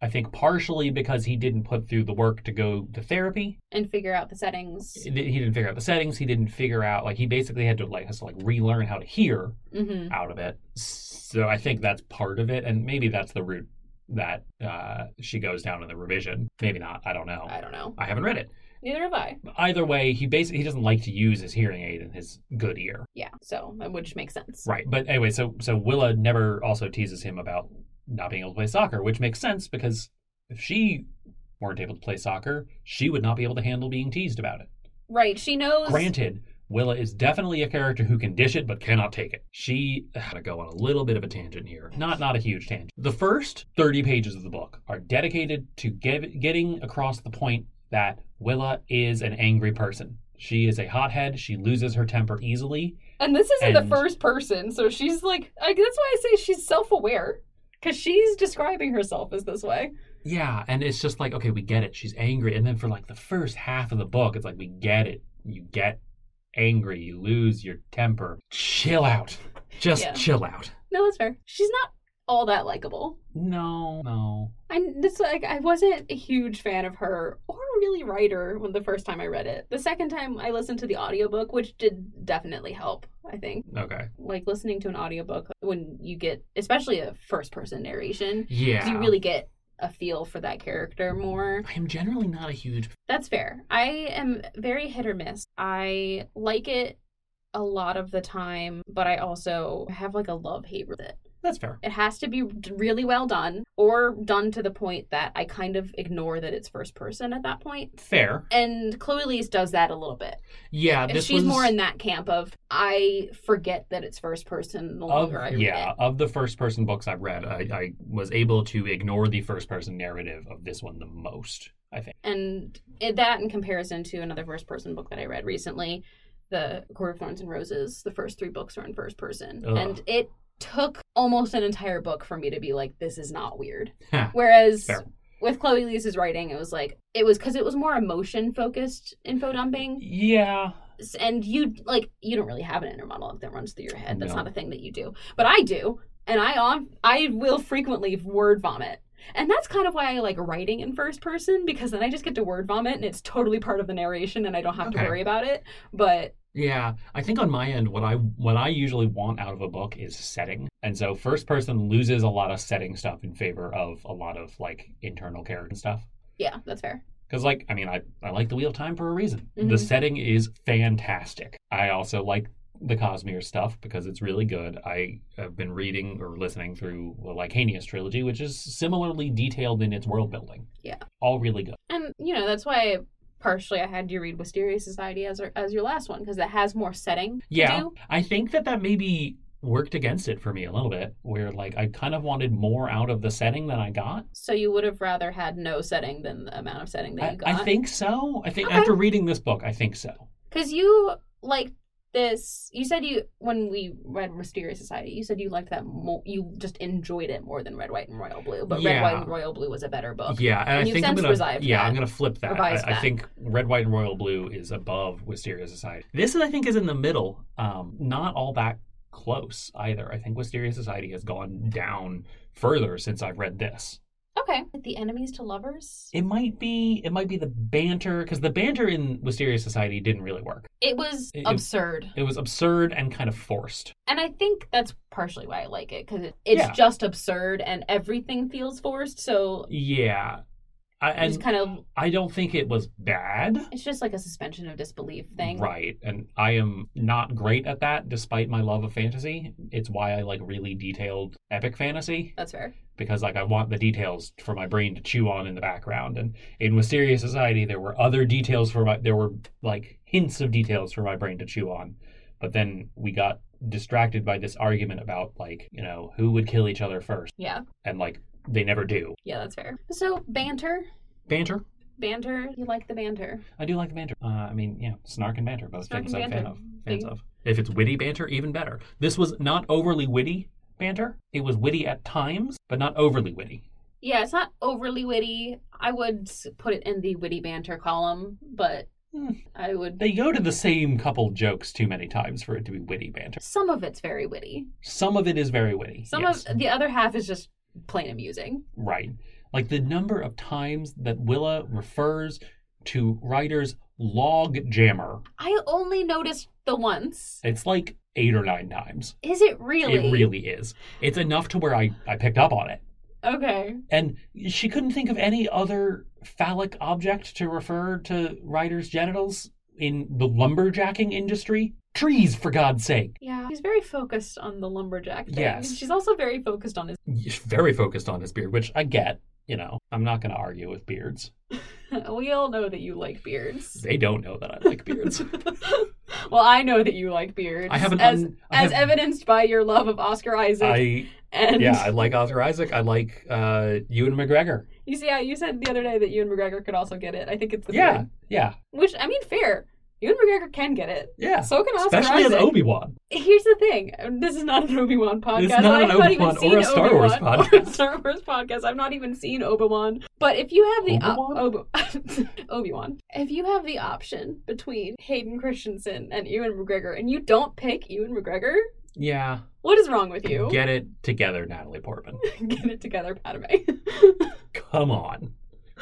A: I think partially because he didn't put through the work to go to therapy.
C: And figure out the settings.
A: He didn't figure out the settings. He didn't figure out like he basically had to like has to like relearn how to hear
C: Mm-hmm.
A: out of it. So I think that's part of it, and maybe that's the route that uh, she goes down in the revision. Maybe not. I don't know.
C: I don't know.
A: I haven't read it.
C: Neither have I.
A: Either way, he basically he doesn't like to use his hearing aid in his good ear,
C: Yeah. So,
B: uh,
C: which makes sense.
A: right? But anyway, so so Willa never also teases him about not being able to play soccer, which makes sense because if she weren't able to play soccer, she would not be able to handle being teased about it.
C: Right. She knows.
A: Granted, Willa is definitely a character who can dish it but cannot take it. She I'm gonna go on a little bit of a tangent here. Not not a huge tangent. The first 30 pages of the book are dedicated to get, getting across the point that Willa is an angry person. She is a hothead. She loses her temper easily.
B: And this isn't
A: And-
B: the first person, so she's like, I, that's why I say she's self aware. Because she's describing herself as this way.
A: Yeah, and it's just like, okay, we get it. She's angry. And then for like the first half of the book, it's like, we get it. You get angry. You lose your temper. Chill out. Just
B: Yeah.
A: chill out.
B: No, that's fair.
C: She's not all that likable.
A: No, no.
B: I this like I wasn't a huge fan of her or really writer when the first time I read it. The second time I listened to the audiobook, which did definitely help, I think.
A: Okay.
B: Like listening to an audiobook when you get especially a first person narration, 'cause
A: Yeah.
B: you really get a feel for that character more.
A: I am generally not a huge.
B: That's fair. I am very hit or miss. I like it a lot of the time, but I also have like a love hate with it.
A: That's fair.
B: It has to be d- really well done or done to the point that I kind of ignore that it's first person at that point.
A: Fair.
B: And Chloe Lees does that a little bit.
A: Yeah.
B: And
A: Uh, this
B: she's
A: was
B: more in that camp of I forget that it's first person the
A: Of,
B: longer I read
A: yeah,
B: it.
A: of the first person books I've read, I, I was able to ignore the first person narrative of this one the most, I think.
B: And it, that in comparison to another first person book that I read recently, the Court of Thorns and Roses, the first three books are in first person.
A: Ugh.
B: And it took almost an entire book for me to be like, this is not weird.
A: Huh.
B: Whereas
A: Fair.
B: with Chloe Lee's writing, it was like it was because it was more emotion focused info dumping,
A: Yeah.
B: S- and you like you don't really have an inner monologue that runs through your head. That's
A: No.
B: not a thing that you do, but I do, and I on I will frequently word vomit. And that's kind of why I like writing in first person because then I just get to word vomit and it's totally part of the narration and I don't have
A: Okay.
B: to worry about it. But
A: Yeah, I think on my end, what I what I usually want out of a book is setting, and so first person loses a lot of setting stuff in favor of a lot of like internal character stuff.
B: yeah, that's fair.
A: Because, like, I mean, I, I like the Wheel of Time for a reason. The
B: Mhm.
A: setting is fantastic. I also like the Cosmere stuff because it's really good. I have been reading or listening through the Lycanius trilogy, which is similarly detailed in its world building.
B: Yeah.
A: All really good.
B: And you know that's why partially I had you read Wisteria Society as our, as your last one because it has more setting. to
A: Yeah.
B: do.
A: I think that that maybe worked against it for me a little bit, where, like, I kind of wanted more out of the setting than I got.
B: So you would have rather had no setting than the amount of setting that
A: I,
B: you
A: I
B: got.
A: think so. I think
B: Okay.
A: after reading this book, I think so.
B: because you like this. You said you when we read Mysterious Society, you said you liked that. Mo- you just enjoyed it more than Red, White, and Royal Blue. But
A: Yeah.
B: Red, White, and Royal Blue was a better book.
A: Yeah, and, I
B: you've
A: think I'm
B: since
A: gonna
B: revived
A: yeah
B: that.
A: I'm gonna flip that. I,
B: Revised
A: I
B: that.
A: think red, white, and royal blue is above Wisteria Society. This I think is in the middle. Um, not all that close either. I think Wisteria Society has gone down further since I've read this.
B: Okay, the enemies to lovers.
A: It might be it might be the banter because the banter in Wisteria Society didn't really work.
B: It was
A: It- it-
B: absurd,
A: It was absurd and kind of forced.
B: and I think that's partially why I like it because it, it's
A: Yeah.
B: just absurd and everything feels forced. So
A: Yeah, I,
B: you
A: and
B: just kind of
A: I don't think it was bad.
B: it's just like a suspension of disbelief thing.
A: Right. And I am not great at that despite my love of fantasy. It's why I like really detailed epic fantasy
B: That's fair.
A: because like I want the details for my brain to chew on in the background. And in Wisteria Society there were other details for my there were like hints of details for my brain to chew on. But then we got distracted by this argument about like, you know, who would kill each other first
B: Yeah,
A: and like they never do.
B: yeah, that's fair. So banter,
A: Banter?
B: banter. You like the banter?
A: I do like the banter. Uh, I mean, yeah, snark and banter, both
B: Snark
A: things
B: and
A: I'm fan
B: banter.
A: of. Fans
B: Thing.
A: of. If it's witty banter, even better. This was not overly witty banter. It was witty at times, but not overly witty.
B: Yeah, it's not overly witty. I would s- put it in the witty banter column, but
C: I would.
A: Hmm. They go to the same couple jokes too many times for it to be witty banter.
B: Some of it's very witty.
A: Some of it is very witty.
B: Some
A: yes.
B: of the other half is just plain amusing.
A: Right. Like the number of times that Willa refers to writers log jammer.
B: I only noticed the once.
A: It's like eight or nine times.
B: Is it really?
A: It really is. It's enough to where I, I picked up on it.
B: Okay.
A: And she couldn't think of any other phallic object to refer to writers' genitals in the lumberjacking industry. Trees, for God's sake.
B: Yeah. She's very focused on the lumberjack thing.
A: Yes.
B: She's also very focused on his.
A: Very focused on his beard, which I get. You know, I'm not going to argue with beards.
B: we all know that you like beards.
A: They don't know that I like beards.
B: well, I know that you like beards.
A: I have an
B: as,
A: un- I
B: as
A: have-
B: evidenced by your love of Oscar Isaac.
A: I
B: and
A: yeah, I like Arthur Isaac. I like uh, Ewan McGregor.
B: you see, how you said the other day that Ewan McGregor could also get it. I think it's the
A: Yeah,
B: beard.
A: yeah,
B: Which I mean, fair. Ewan McGregor can get it.
A: yeah.
B: So can Oscar
A: Especially as
B: Isaac.
A: Obi Wan.
B: Here's the thing. This is not an Obi Wan podcast.
A: It's not an
B: I've not
A: Obi-Wan
B: even seen
A: or a Star
B: Obi-Wan
A: Wars
B: Or
A: podcast.
B: a Star Wars podcast. I've not even seen Obi Wan. But if you have the Obi Wan, if you have the option between Hayden Christensen and Ewan McGregor, and you don't pick Ewan McGregor,
A: Yeah,
B: what is wrong with you?
A: get it together, Natalie Portman.
B: Get it together, Padme.
A: Come on,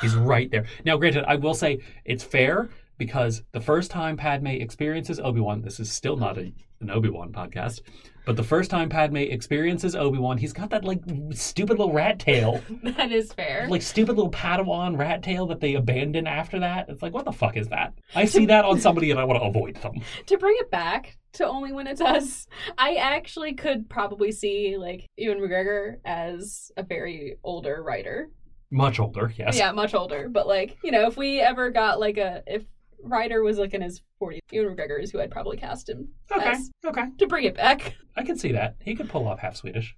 A: he's right there. Now, granted, I will say it's fair because the first time Padme experiences Obi Wan, this is still not a, an Obi Wan podcast, but the first time Padme experiences Obi Wan, he's got that like stupid little rat tail,
B: that is fair.
A: like stupid little Padawan rat tail that they abandon after that. It's like, what the fuck is that? I see that on somebody and I want to avoid them.
B: to bring it back to only when it's us, I actually could probably see like Ewan McGregor as a very older writer.
A: Much older, yes.
B: Yeah, much older. But like, you know, if we ever got like a if Ryder was like in his 40s, Ewan McGregor is who I'd probably cast him
A: Okay.
B: as
A: Okay.
B: to bring it back.
A: I can see that. He could pull off half Swedish.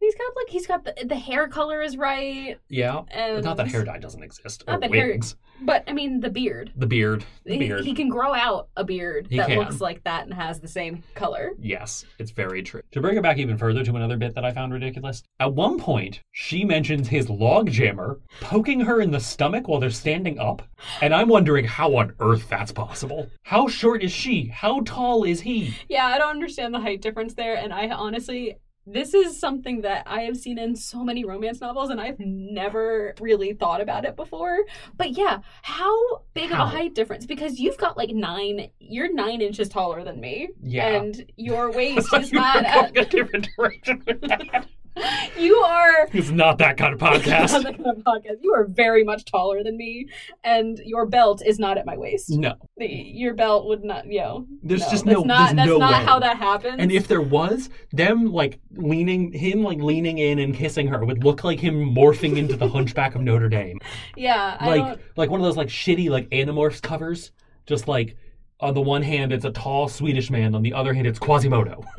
B: He's got like he's got the the hair color is right,
A: Yeah.
B: and
A: But not that hair dye doesn't exist.
B: Not
A: or
B: that hair-
A: wigs.
B: But I mean the beard.
A: The beard. The
B: He-
A: beard.
B: He, can grow out a beard
A: He
B: that
A: can.
B: looks like that and has the same color.
A: Yes, it's very true. To bring it back even further to another bit that I found ridiculous, at one point, she mentions his log jammer poking her in the stomach while they're standing up. And I'm wondering how on earth that's possible. How short is she? How tall is he?
B: Yeah, I don't understand the height difference there, and I honestly. This is something that I have seen in so many romance novels, and I've never really thought about it before. But yeah, how big
A: How?
B: of a height difference? Because you've got like nine, you're nine inches taller than me,
A: Yeah.
B: and your waist
A: I thought
B: is
A: you were
B: not.
A: going
B: At,
A: a different direction with that.
B: you are.
A: It's not that kind of podcast.
B: Podcast. You are very much taller than me, and your belt is not at my waist.
A: No,
B: The- Your belt would not, you know.
A: Mm. there's
B: no,
A: just
B: that's
A: no.
B: Not,
A: there's
B: that's
A: no
B: not
A: way.
B: how that happens.
A: And if there was, them like leaning him like leaning in and kissing her would look like him morphing into the hunchback of Notre Dame.
B: yeah, I don't,
A: Like like one of those like shitty like Animorphs covers. Just like on the one hand it's a tall Swedish man, on the other hand it's Quasimodo.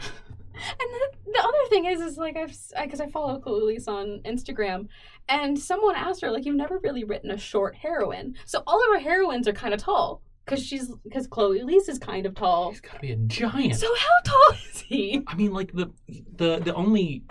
B: And the, the other thing is, is like I've because I, follow Khalees on Instagram, and someone asked her like, "You've never really written a short heroine, so all of her heroines are kind of tall because she's because Chloe Lees is kind of tall.
A: He's gotta be a giant.
B: So how tall is he?
A: I mean like the the the only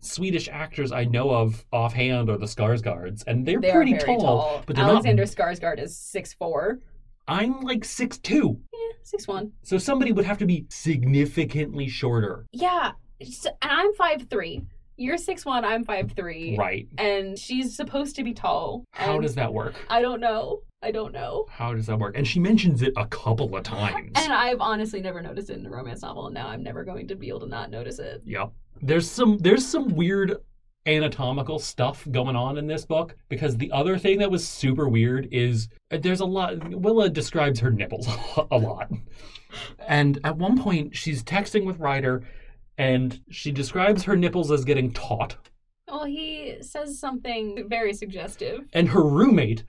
A: Swedish actors I know of offhand are the Skarsgårds, and they're
B: They are
A: pretty
B: very
A: tall, But they're
B: Alexander
A: not.
B: Skarsgård is six four,
A: I'm like six two,
B: yeah, six one.
A: so somebody would have to be significantly shorter,
B: Yeah, so, and I'm five three. You're six one. I'm five three.
A: right?
B: And she's supposed to be tall.
A: How
B: and
A: does that work?
B: I don't know. I don't know.
A: How does that work? And she mentions it a couple of times.
B: And I've honestly never noticed it in a romance novel, and now I'm never going to be able to not notice it.
A: yep. There's some there's some weird anatomical stuff going on in this book because the other thing that was super weird is uh, there's a lot Willa describes her nipples a lot. And at one point she's texting with Ryder and she describes her nipples as getting taut
B: Well, he says something very suggestive.
A: and her roommate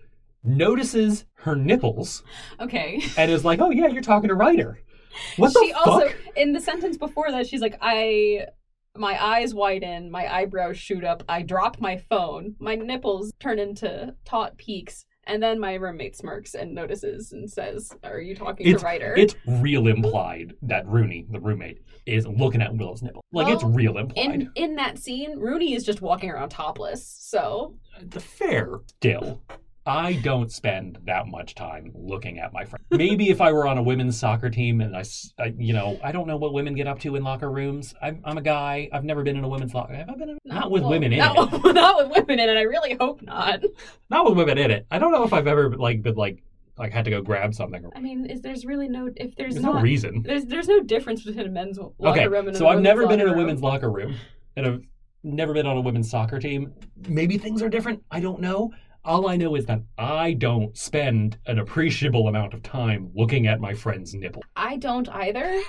A: notices her nipples
B: Okay.
A: and is like, "Oh yeah, you're talking to Ryder." What the
B: she
A: fuck?
B: also, in the sentence before that, she's like, I. My eyes widen, my eyebrows shoot up, I drop my phone, my nipples turn into taut peaks, and then my roommate smirks and notices and says, Are you talking
A: It's-
B: to Ryder?
A: It's real implied that Rooney, the roommate, is looking at Willow's nipple. Like it's
B: Well,
A: real implied.
B: in, in that scene, Rooney is just walking around topless, so
A: The fair still. I don't spend that much time looking at my friends. Maybe if I were on a women's soccer team and I, s- I- you know, I don't know what women get up to in locker rooms. I'm, I'm a guy. I've never been in a women's locker. Have I been in? Not with
B: well,
A: women in it.
B: not, with- not with women in it. I really hope not.
A: Not with women in it. I don't know if I've ever like been like like had to go grab something. Or,
B: I mean, is there's really no if there's,
A: there's
B: not
A: no reason.
B: there's there's no difference between a men's locker
A: okay,
B: room and a
A: so I've
B: women's
A: never been in
B: locker
A: a
B: room.
A: women's locker room, and I've never been on a women's soccer team. Maybe things are different. I don't know. All I know is that I don't spend an appreciable amount of time looking at my friend's nipple.
B: I don't either.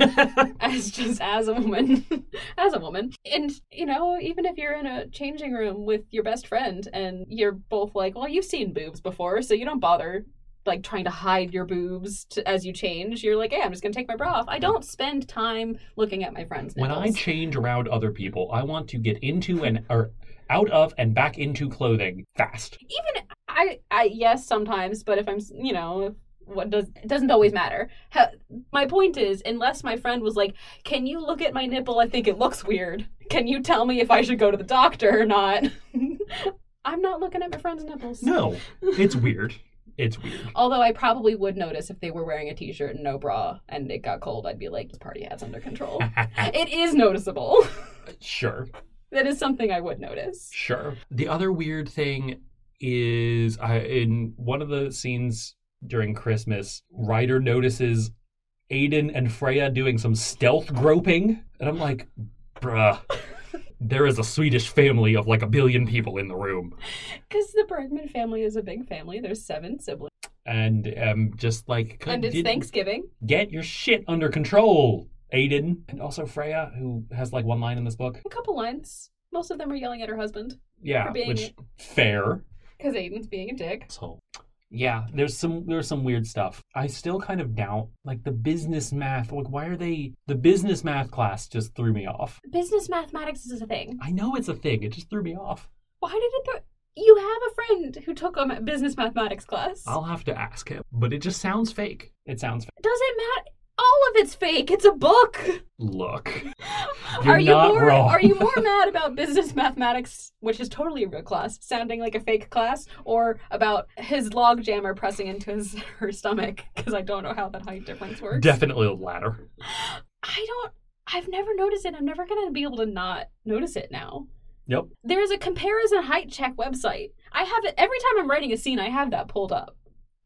B: as just as a woman, as a woman, and you know, even if you're in a changing room with your best friend and you're both like, well, you've seen boobs before, so you don't bother like trying to hide your boobs to, as you change. You're like, hey, I'm just gonna take my bra off. I don't spend time looking at my friends.
A: when I
B: nipples.
A: change around other people, I want to get into and or out of and back into clothing fast.
B: even I, I yes sometimes but if i'm s- you know what does it doesn't always matter How, my point is unless my friend was like can you look at my nipple i think it looks weird can you tell me if i should go to the doctor or not i'm not looking at my friend's nipples
A: No, it's weird. It's weird.
B: although i probably would notice if they were wearing a t-shirt and no bra and it got cold i'd be like this party hat's under control it is noticeable
A: sure.
B: that is something i would notice
A: Sure. The other weird thing is I, in one of the scenes during Christmas, Ryder notices Aiden and Freya doing some stealth groping. And I'm like, bruh, there is a Swedish family of like a billion people in the room.
B: because the bergman family is a big family there's seven siblings
A: And um, just like, could-
B: and it's
A: did-
B: thanksgiving
A: get your shit under control, Aiden. And also Freya, who has like one line in this book.
B: a couple lines. Most of them are yelling at her husband
A: Yeah,
B: For being-
A: which fair.
B: because Aiden's being a dick.
A: So yeah, there's some there's some weird stuff. I still kind of doubt like the business math. Like why are they the business math class just threw me off.
B: Business mathematics is a thing.
A: I know it's a thing. It just threw me off.
B: Why did it throw? You have a friend who took a ma- business mathematics class.
A: I'll have to ask him. But it just sounds fake. It sounds fake.
B: Does it matter? All of it's fake. It's a book.
A: Look. You're
B: are you
A: not
B: more
A: wrong.
B: are you more mad about business mathematics, which is totally a real class, sounding like a fake class, or about his log jammer pressing into his her stomach? Because I don't know how that height difference works.
A: Definitely the latter.
B: I don't. I've never noticed it. I'm never gonna be able to not notice it now.
A: Yep.
B: there is a comparison height check website. I have it every time I'm writing a scene. I have that pulled up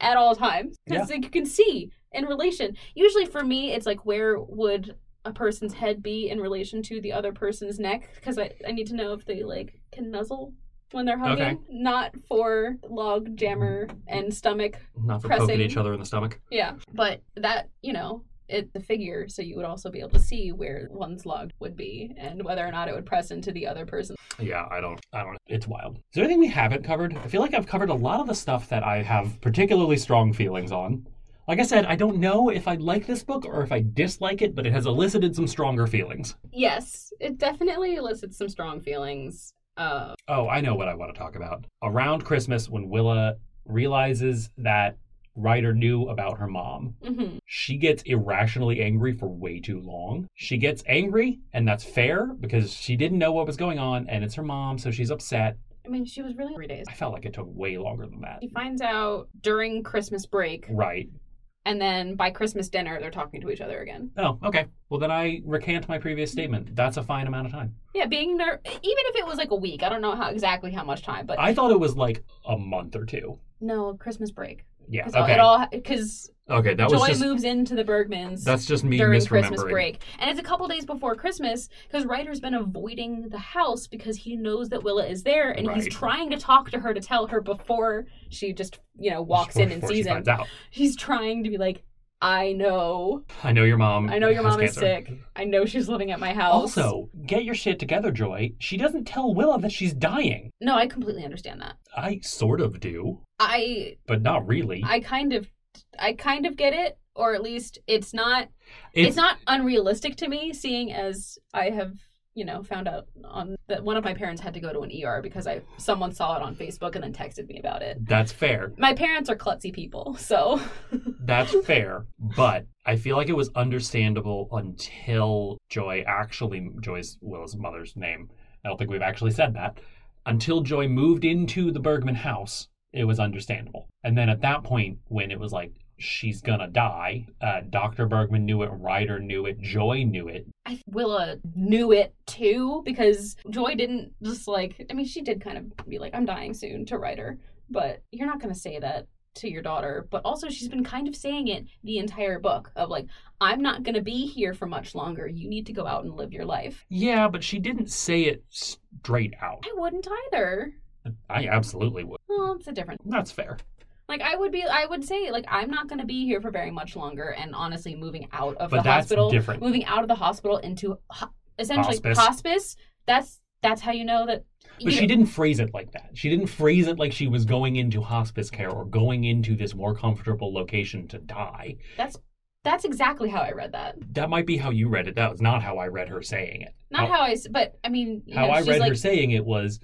B: at all times because like, you can see in relation. Usually for me, it's like where would a person's head be in relation to the other person's neck because I, I need to know if they like can nuzzle when they're hugging.
A: Okay.
B: Not for log jammer and stomach.
A: Not for
B: Pressing.
A: poking each other in the stomach.
B: Yeah, but that you know. It's the figure, so you would also be able to see where one's log would be and whether or not it would press into the other person.
A: Yeah, I don't I don't it's wild. Is there anything we haven't covered? I feel like I've covered a lot of the stuff that I have particularly strong feelings on. Like I said, I don't know if I like this book or if I dislike it, but it has elicited some stronger feelings.
B: Yes, it definitely elicits some strong feelings. Uh,
A: Oh, I know what I want to talk about. Around Christmas, when Willa realizes that Ryder knew about her mom,
B: mhm.
A: she gets irrationally angry for way too long. She gets angry, and that's fair because she didn't know what was going on, and it's her mom, so she's upset.
B: I mean, she was really three days.
A: I felt like it took way longer than that.
B: She finds out during Christmas break,
A: Right.
B: and then by Christmas dinner, they're talking to each other again.
A: Oh, okay. Well, then I recant my
B: Hmm.
A: previous statement. That's a fine amount of time.
B: Yeah, being there, even if it was like a week, I don't know how exactly how much time, but
A: I thought it was like a month or two.
B: no Christmas break.
A: Yeah.
B: 'Cause
A: Okay.
B: It all because
A: okay. That was
B: Joy
A: just
B: moves into the Bergmans.
A: that's just me
B: during
A: misremembering.
B: Christmas break. And it's a couple days before Christmas because Ryder's been avoiding the house because he knows that Willa is there and he's
A: Right.
B: trying to talk to her to tell her before she just, you know, walks in and
A: Before she
B: sees him.
A: finds out.
B: He's trying to be like, I know.
A: I know your mom.
B: I know your
A: Mm, has
B: mom is
A: cancer.
B: sick. I know she's living at my house.
A: Also, get your shit together, Joy. She doesn't tell Willa that she's dying.
B: No, I completely understand that.
A: I sort of do,
B: I
A: but not really.
B: I kind of I kind of get it, or at least it's not
A: It's-
B: it's not unrealistic to me seeing as i have you know found out on that one of my parents had to go to an er because i someone saw it on facebook and then texted me about it
A: That's fair.
B: my parents are klutzy people so
A: That's fair. But I feel like it was understandable until Joy actually Joy's Will's mother's name. I don't think we've actually said that. Until Joy moved into the Bergman house it was understandable. And then at that point, when it was like, she's gonna die, uh, Dr. Bergman knew it, Ryder knew it, Joy knew it.
B: I think Willa knew it too because Joy didn't just like. I mean, she did kind of be like, "I'm dying soon" to Ryder, but you're not gonna say that to your daughter. But also, she's been kind of saying it the entire book of like, "I'm not gonna be here for much longer. You need to go out and live your life."
A: Yeah, but she didn't say it straight out.
B: I wouldn't either.
A: I absolutely would.
B: Well, it's a different.
A: That's fair.
B: Like I would be, I would say, like I'm not going to be here for very much longer. And honestly, moving out of
A: But
B: the
A: that's
B: hospital,
A: different.
B: moving out of the hospital into ho- essentially
A: Hospice.
B: hospice. That's that's how you know that.
A: But she didn't phrase it like that. She didn't phrase it like she was going into hospice care or going into this more comfortable location to die.
B: That's that's exactly how I read that.
A: That might be how you read it. That was not how I read her saying it.
B: Not
A: How-
B: how, I, s- but I mean, you
A: Oh. How
B: know,
A: I
B: she's
A: read
B: like,
A: her saying it was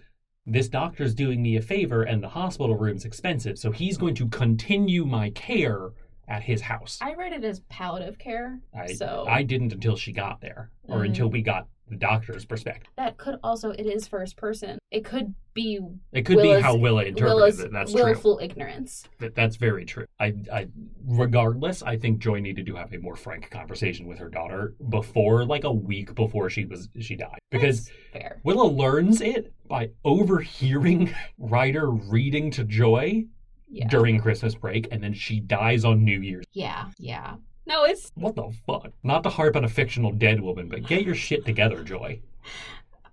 A: this doctor's doing me a favor and the hospital room's expensive, so he's going to continue my care at his house.
B: I read it as palliative care,
A: I,
B: so
A: I didn't until she got there or
B: Mhm.
A: until we got the doctor's perspective.
B: that could also it is first person. It could be
A: It could be
B: Willa's-
A: how Willa interpreted
B: Willa's
A: it. That's true.
B: willful ignorance.
A: That that's very true. I, I, regardless, I think Joy needed to have a more frank conversation with her daughter before, like a week before she was she died, because
B: That's fair.
A: Willa learns it by overhearing Ryder reading to Joy
B: Yeah.
A: during Christmas break, and then she dies on New Year's.
B: Yeah. Yeah. No, it's
A: What the fuck? Not to harp on a fictional dead woman, but get your shit together, Joy.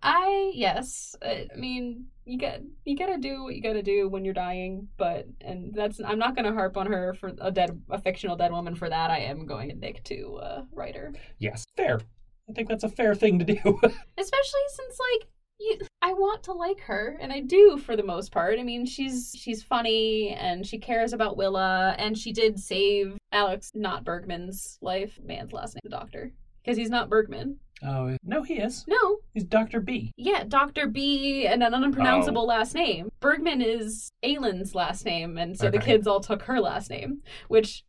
B: I yes. I I mean, you get you gotta do what you gotta do when you're dying, but and that's I'm not gonna harp on her for a dead a fictional dead woman for that. I am going to nick to uh, writer,
A: Yes, fair. I think that's a fair thing to do.
B: especially since like you, I want to like her, and I do for the most part. I mean, she's she's funny and she cares about Willa, and she did save Alex, not Bergman's life. Man's last name, the doctor, because he's not Bergman.
A: oh no, he is.
B: No,
A: He's Doctor B.
B: Yeah, Dr. B and an
A: Oh.
B: unpronounceable last name. Bergman is Aylin's last name, and so the
A: Okay.
B: kids all took her last name, which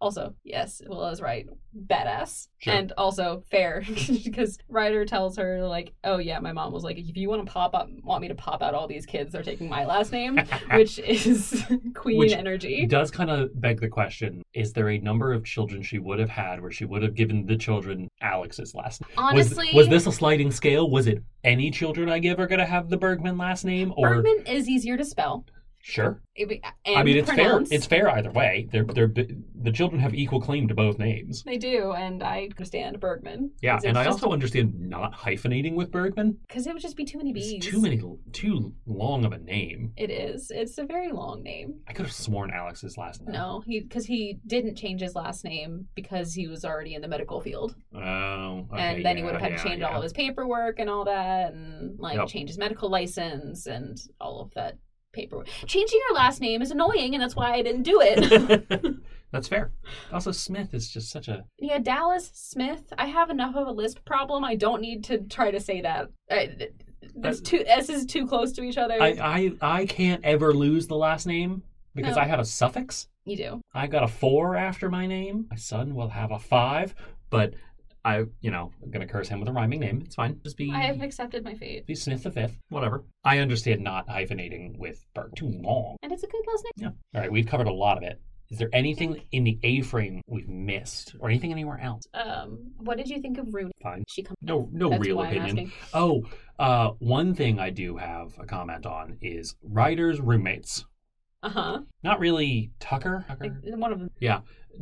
B: also, yes, Willa's right. Badass.
A: Sure.
B: And also fair, because Ryder tells her, like, oh, yeah, my mom was like, if you want to pop up, want me to pop out all these kids, they're taking my last name, which is queen
A: Which- It
B: energy.
A: does kind of beg the question is there a number of children she would have had where she would have given the children Alex's last name? Was-
B: Honestly,
A: was, this a sliding scale? Was it any children I give are going to have the Bergman last name? Or
B: Bergman is easier to spell.
A: sure,
B: It be-
A: I mean
B: and
A: it's
B: pronounce.
A: fair. It's fair either way. They're they're the children have equal claim to both names.
B: They do, and I understand Bergman.
A: Yeah,
B: 'Cause it's
A: and I
B: just-
A: also understand not hyphenating with Bergman.
B: because it would just be too many B's.
A: It's too many, too long of a name.
B: It is. It's a very long name.
A: I could have sworn Alex's last name.
B: No, he because he didn't change his last name because he was already in the medical field,
A: Oh, okay,
B: and then he
A: yeah,
B: would have had
A: yeah,
B: to change
A: yeah.
B: all of his paperwork and all that, and like
A: Yep.
B: change his medical license and all of that paperwork. Changing your last name is annoying, and that's why I didn't do it.
A: That's fair. Also, Smith is just such a.
B: yeah, Dallas Smith. I have enough of a lisp problem. I don't need to try to say that. I, that's too S is too close to each other.
A: I, I, I can't ever lose the last name because
B: No.
A: I have a suffix.
B: you do.
A: I got a four after my name. My son will have a five, but I, you know, I'm going to curse him with a rhyming name. It's fine. Just be.
B: I have accepted my fate,
A: be Smith the fifth, whatever. I understand not hyphenating with Berg. Too long.
B: and it's a good last name.
A: Yeah. All right, we've covered a lot of it. Is there anything in the A frame we've missed, or anything anywhere else?
B: Um, what did you think of Rooney?
A: Fine.
B: She comes.
A: No, no
B: That's
A: real
B: why I'm
A: opinion.
B: asking.
A: Oh, uh, one thing I do have a comment on is Ryder's roommates.
B: Uh huh.
A: Not really Tucker. Tucker.
B: One of them.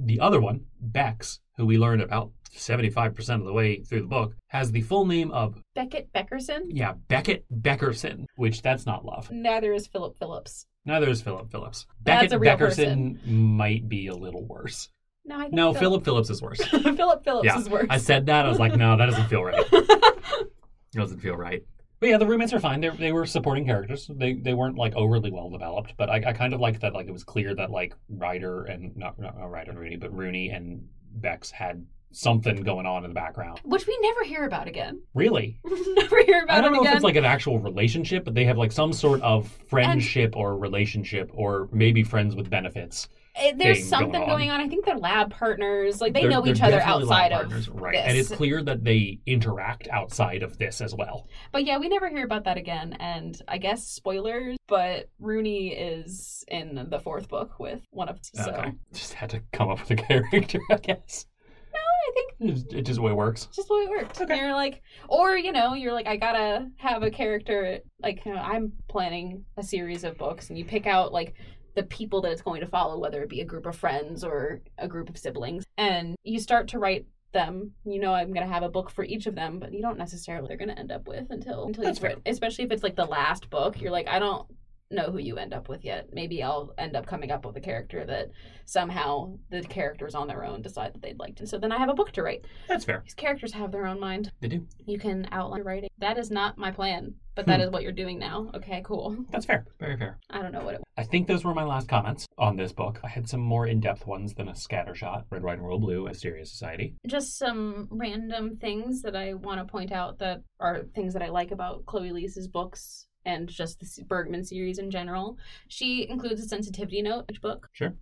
A: The other one, Bex, who we learn about 75% of the way through the book, has the full name of,
B: Beckett Beckerson.
A: yeah, Beckett Beckerson, which that's not love.
B: Neither is Philip Phillips.
A: Neither is Philip Phillips. Beckett
B: That's a real
A: Beckerson might be a little worse.
B: No, I think
A: No, Philip Phillips is worse.
B: Philip, Phillips
A: Yeah,
B: is worse.
A: I said that. I was like, no, that doesn't feel right. It doesn't feel right. But yeah, the roommates are fine. They they were supporting characters. They they weren't like overly well developed, but I, I kind of liked that. Like it was clear that like Ryder and not not, not Ryder and Rooney, but Rooney and Bex had something going on in the background.
B: Which we never hear about again.
A: Really,
B: never hear about
A: I don't
B: it
A: know
B: again.
A: if it's like an actual relationship, but they have like some sort of friendship or relationship, or maybe friends with benefits.
B: it- Eh, there's
A: thing
B: something
A: going
B: going
A: on.
B: on. I think they're lab partners. Like they
A: They're-
B: know
A: they're
B: each other
A: definitely lab
B: outside of
A: partners, right?
B: this.
A: And it's clear that they interact outside of this as well.
B: But yeah, we never hear about that again. And I guess spoilers, but Rooney is in the fourth book with one of so.
A: Okay, just had to come up with a character, I guess.
B: I think
A: It just, it just the way it works.
B: it's just the way it worked.
A: Okay.
B: You're like, or you know, you're like, I gotta have a character. Like you know, I'm planning a series of books, and you pick out like the people that it's going to follow, whether it be a group of friends or a group of siblings, and you start to write them. You know, I'm gonna have a book for each of them, but you don't necessarily they're gonna end up with until until
A: That's
B: you've written. Especially if it's like the last book, you're like, I don't know who you end up with yet. Maybe I'll end up coming up with a character that somehow the characters on their own decide that they'd like to. So then I have a book to write.
A: That's fair.
B: These characters have their own mind.
A: They do.
B: You can outline your writing. That is not my plan, but that is what you're doing now. Okay, cool.
A: That's fair. Very fair.
B: I don't know what it
A: I think those were my last comments on this book. I had some more in-depth ones than a scattershot. Red, White, and Royal Blue, Asterius Society.
B: Just some random things that I want to point out that are things that I like about Chloe Lee's books and just the Bergman series in general. She includes a sensitivity note in each book.
A: Sure.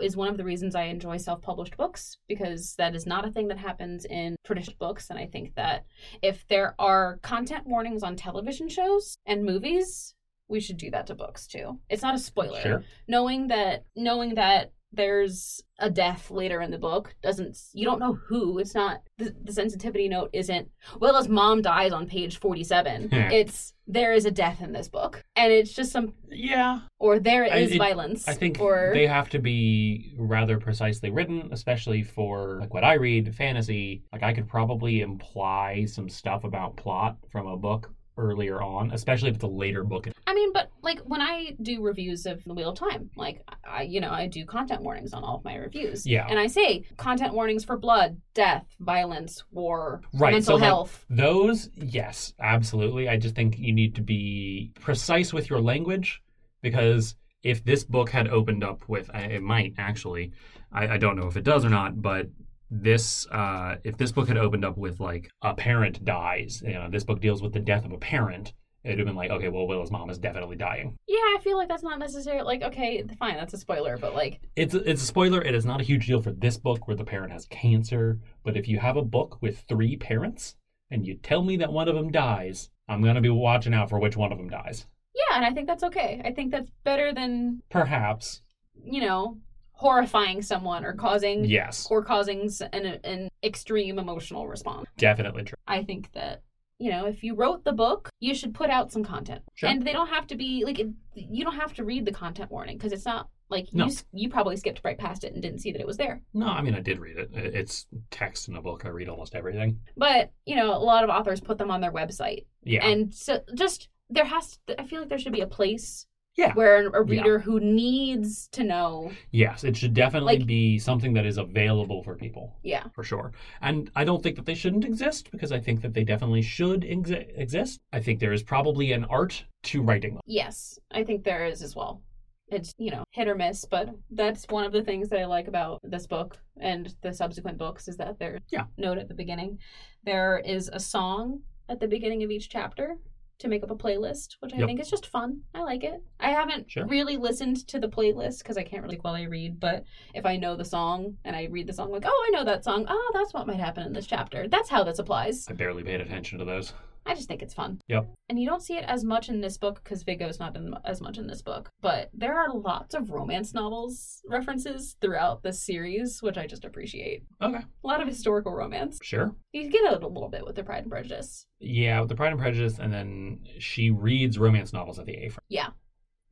B: Is one of the reasons I enjoy self published books because that is not a thing that happens in traditional books. And I think that if there are content warnings on television shows and movies, we should do that to books too. It's not a spoiler
A: Sure.
B: knowing that knowing that there's a death later in the book doesn't you don't know who it's not the, the sensitivity note isn't willa's mom dies on page 47
A: Yeah.
B: it's there is a death in this book and it's just some
A: Yeah.
B: or there
A: I-
B: is
A: it-
B: violence
A: I think
B: or
A: they have to be rather precisely written, especially for like what I read, fantasy. Like I could probably imply some stuff about plot from a book earlier on, especially if it's a later book.
B: I mean, but like when I do reviews of The Wheel of Time, like I, you know, I do content warnings on all of my reviews.
A: Yeah.
B: And I say content warnings for blood, death, violence, war,
A: Right, so,
B: mental
A: like,
B: health.
A: Those, yes, absolutely. I just think you need to be precise with your language because if this book had opened up with, I- it might actually, I, I don't know if it does or not, but this, uh, if this book had opened up with like a parent dies, you know, this book deals with the death of a parent, it'd have been like, okay, well, Willow's mom is definitely dying.
B: yeah, I feel like that's not necessarily like okay, fine, that's a spoiler, but like
A: It's a, it's a spoiler. It is not a huge deal for this book where the parent has cancer, but if you have a book with three parents and you tell me that one of them dies, I'm gonna be watching out for which one of them dies.
B: Yeah, and I think that's okay. I think that's better than,
A: Perhaps.
B: you know, horrifying someone or causing
A: Yes.
B: or causing s- an an extreme emotional response.
A: Definitely true.
B: I think that you know, if you wrote the book, you should put out some content.
A: Sure.
B: And they don't have to be like it, you don't have to read the content warning because it's not like
A: No.
B: you s- you probably skipped right past it and didn't see that it was there.
A: No, I mean, I did read it. I- It's text in a book. I read almost everything.
B: But, you know, a lot of authors put them on their website.
A: Yeah.
B: And so just there has to, I feel like there should be a place
A: Yeah.
B: where a
A: Yeah.
B: reader who needs to know,
A: yes, it should definitely
B: Like-
A: be something that is available for people,
B: yeah,
A: for sure. And I don't think that they shouldn't exist because I think that they definitely should exi- exist. I think there is probably an art to writing them.
B: Yes, I think there is as well. It's, you know, hit or miss, but that's one of the things that I like about this book and the subsequent books is that there's
A: Yeah.
B: note at the beginning. There is a song at the beginning of each chapter to make up a playlist, which I
A: Yep.
B: think is just fun. I like it. I haven't
A: Sure.
B: really listened to the playlist because I can't really while I read, but if I know the song and I read the song, like, oh, I know that song. Oh, that's what might happen in this chapter. That's how this applies.
A: I barely paid attention to those.
B: I just think it's fun.
A: Yep.
B: And you don't see it as much in this book because Vigo's not in, as much in this book, but there are lots of romance novels references throughout this series, which I just appreciate.
A: Okay.
B: A lot of historical romance.
A: Sure.
B: You get it a little bit with the Pride and Prejudice.
A: Yeah, with the Pride and Prejudice, and then she reads romance novels at the A frame.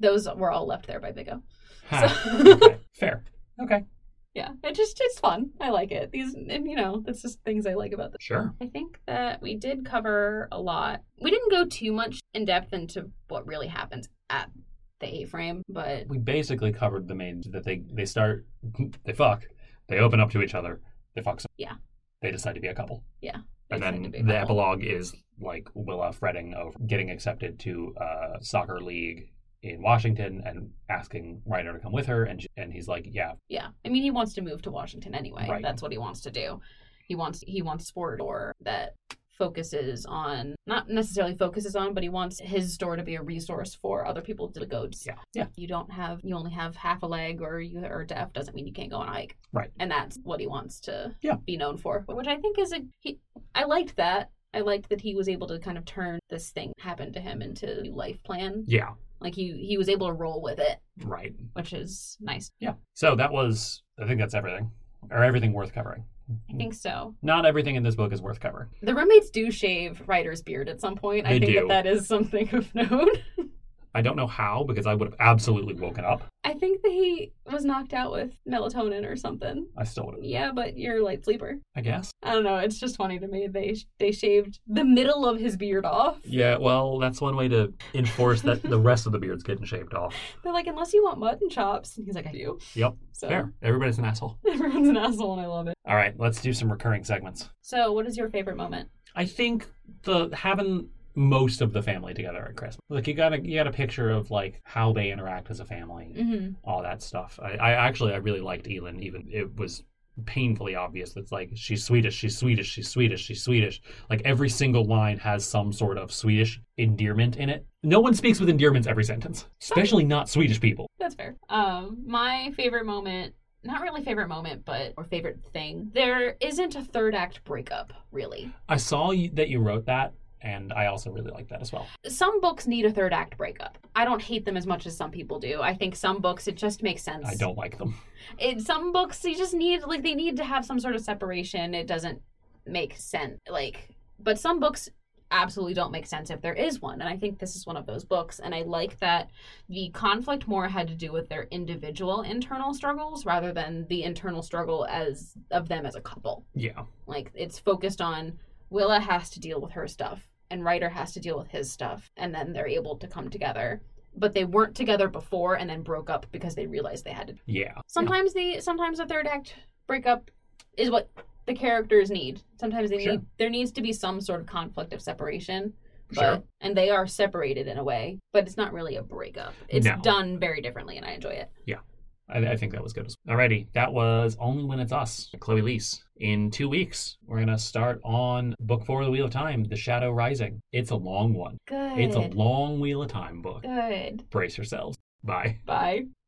B: Those were all left there by Vigo.
A: Ha.
B: So-
A: okay. Fair. Okay.
B: Yeah, it just it's fun. I like it. These and you know, that's just things I like about this.
A: Sure.
B: I think that we did cover a lot. We didn't go too much in depth into what really happens at the A frame, but
A: we basically covered the main that they they start they fuck they open up to each other they fuck some,
B: Yeah.
A: they decide to be a couple
B: Yeah,
A: and
B: decide
A: then
B: to
A: the
B: be a couple.
A: epilogue is like Willa fretting over getting accepted to a soccer league in Washington and asking Ryder to come with her and she, and he's like yeah
B: Yeah. I mean, he wants to move to Washington anyway.
A: Right.
B: That's what he wants to do. He wants he wants sport or that focuses on not necessarily focuses on, but he wants his store to be a resource for other people to go to.
A: Yeah. Yeah.
B: You don't have you only have half a leg or you are deaf doesn't mean you can't go on a hike.
A: Right.
B: And that's what he wants to
A: Yeah.
B: be known for, which I think is a he, I liked that. I liked that he was able to kind of turn this thing happened to him into a life plan.
A: Yeah.
B: Like he he was able to roll with it,
A: Right.
B: which is nice.
A: Yeah. So that was, I think that's everything, or everything worth covering.
B: I think so.
A: Not everything in this book is worth covering.
B: The roommates do shave Ryder's beard at some point. I
A: They
B: think
A: do.
B: that that is something of note.
A: I don't know how because I would have absolutely woken up.
B: I think that he was knocked out with melatonin or something.
A: I still would have,
B: Yeah, but you're a light sleeper.
A: I guess.
B: I don't know. It's just funny to me. They they shaved the middle of his beard off.
A: Yeah, well, that's one way to enforce that the rest of the beard's getting shaved off.
B: They're like, unless you want mutton chops, and he's like, I do.
A: Yep,
B: So
A: fair. Everybody's an asshole.
B: everyone's an asshole, and I love it.
A: All right, let's do some recurring segments.
B: So, what is your favorite moment?
A: I think the having most of the family together at Christmas, like you got a you got a picture of like how they interact as a family,
B: Mm-hmm.
A: all that stuff. I, I actually I really liked Elin. Even it was painfully obvious. It's like she's Swedish, she's Swedish, she's Swedish, she's Swedish. Like every single line has some sort of Swedish endearment in it. No one speaks with endearments every sentence, especially not Swedish people.
B: That's fair. Um, my favorite moment. Not really favorite moment, but or favorite thing. There isn't a third act breakup, really.
A: I saw you, that you wrote that, and I also really like that as well.
B: some books need a third act breakup. I don't hate them as much as some people do. I think some books it just makes sense.
A: I don't like them.
B: It, some books you just need like they need to have some sort of separation. It doesn't make sense. Like, but some books absolutely don't make sense if there is one. And I think this is one of those books. And I like that the conflict more had to do with their individual internal struggles rather than the internal struggle as of them as a couple.
A: Yeah,
B: Like it's focused on Willa has to deal with her stuff and Ryder has to deal with his stuff and then they're able to come together. But they weren't together before and then broke up because they realized they had to.
A: yeah,
B: Sometimes the sometimes the third act breakup is what the characters need. Sometimes they need
A: Sure.
B: there needs to be some sort of conflict of separation. But,
A: sure.
B: And they are separated in a way, but it's not really a breakup. It's
A: No.
B: done very differently, and I enjoy it.
A: I, I think that was good. as Alrighty, that was Only When It's Us, Chloe Lease. In two weeks, we're going to start on book four of The Wheel of Time, The Shadow Rising. It's a long one.
B: Good.
A: It's a long Wheel of Time book.
B: Good.
A: Brace yourselves. Bye.
B: Bye.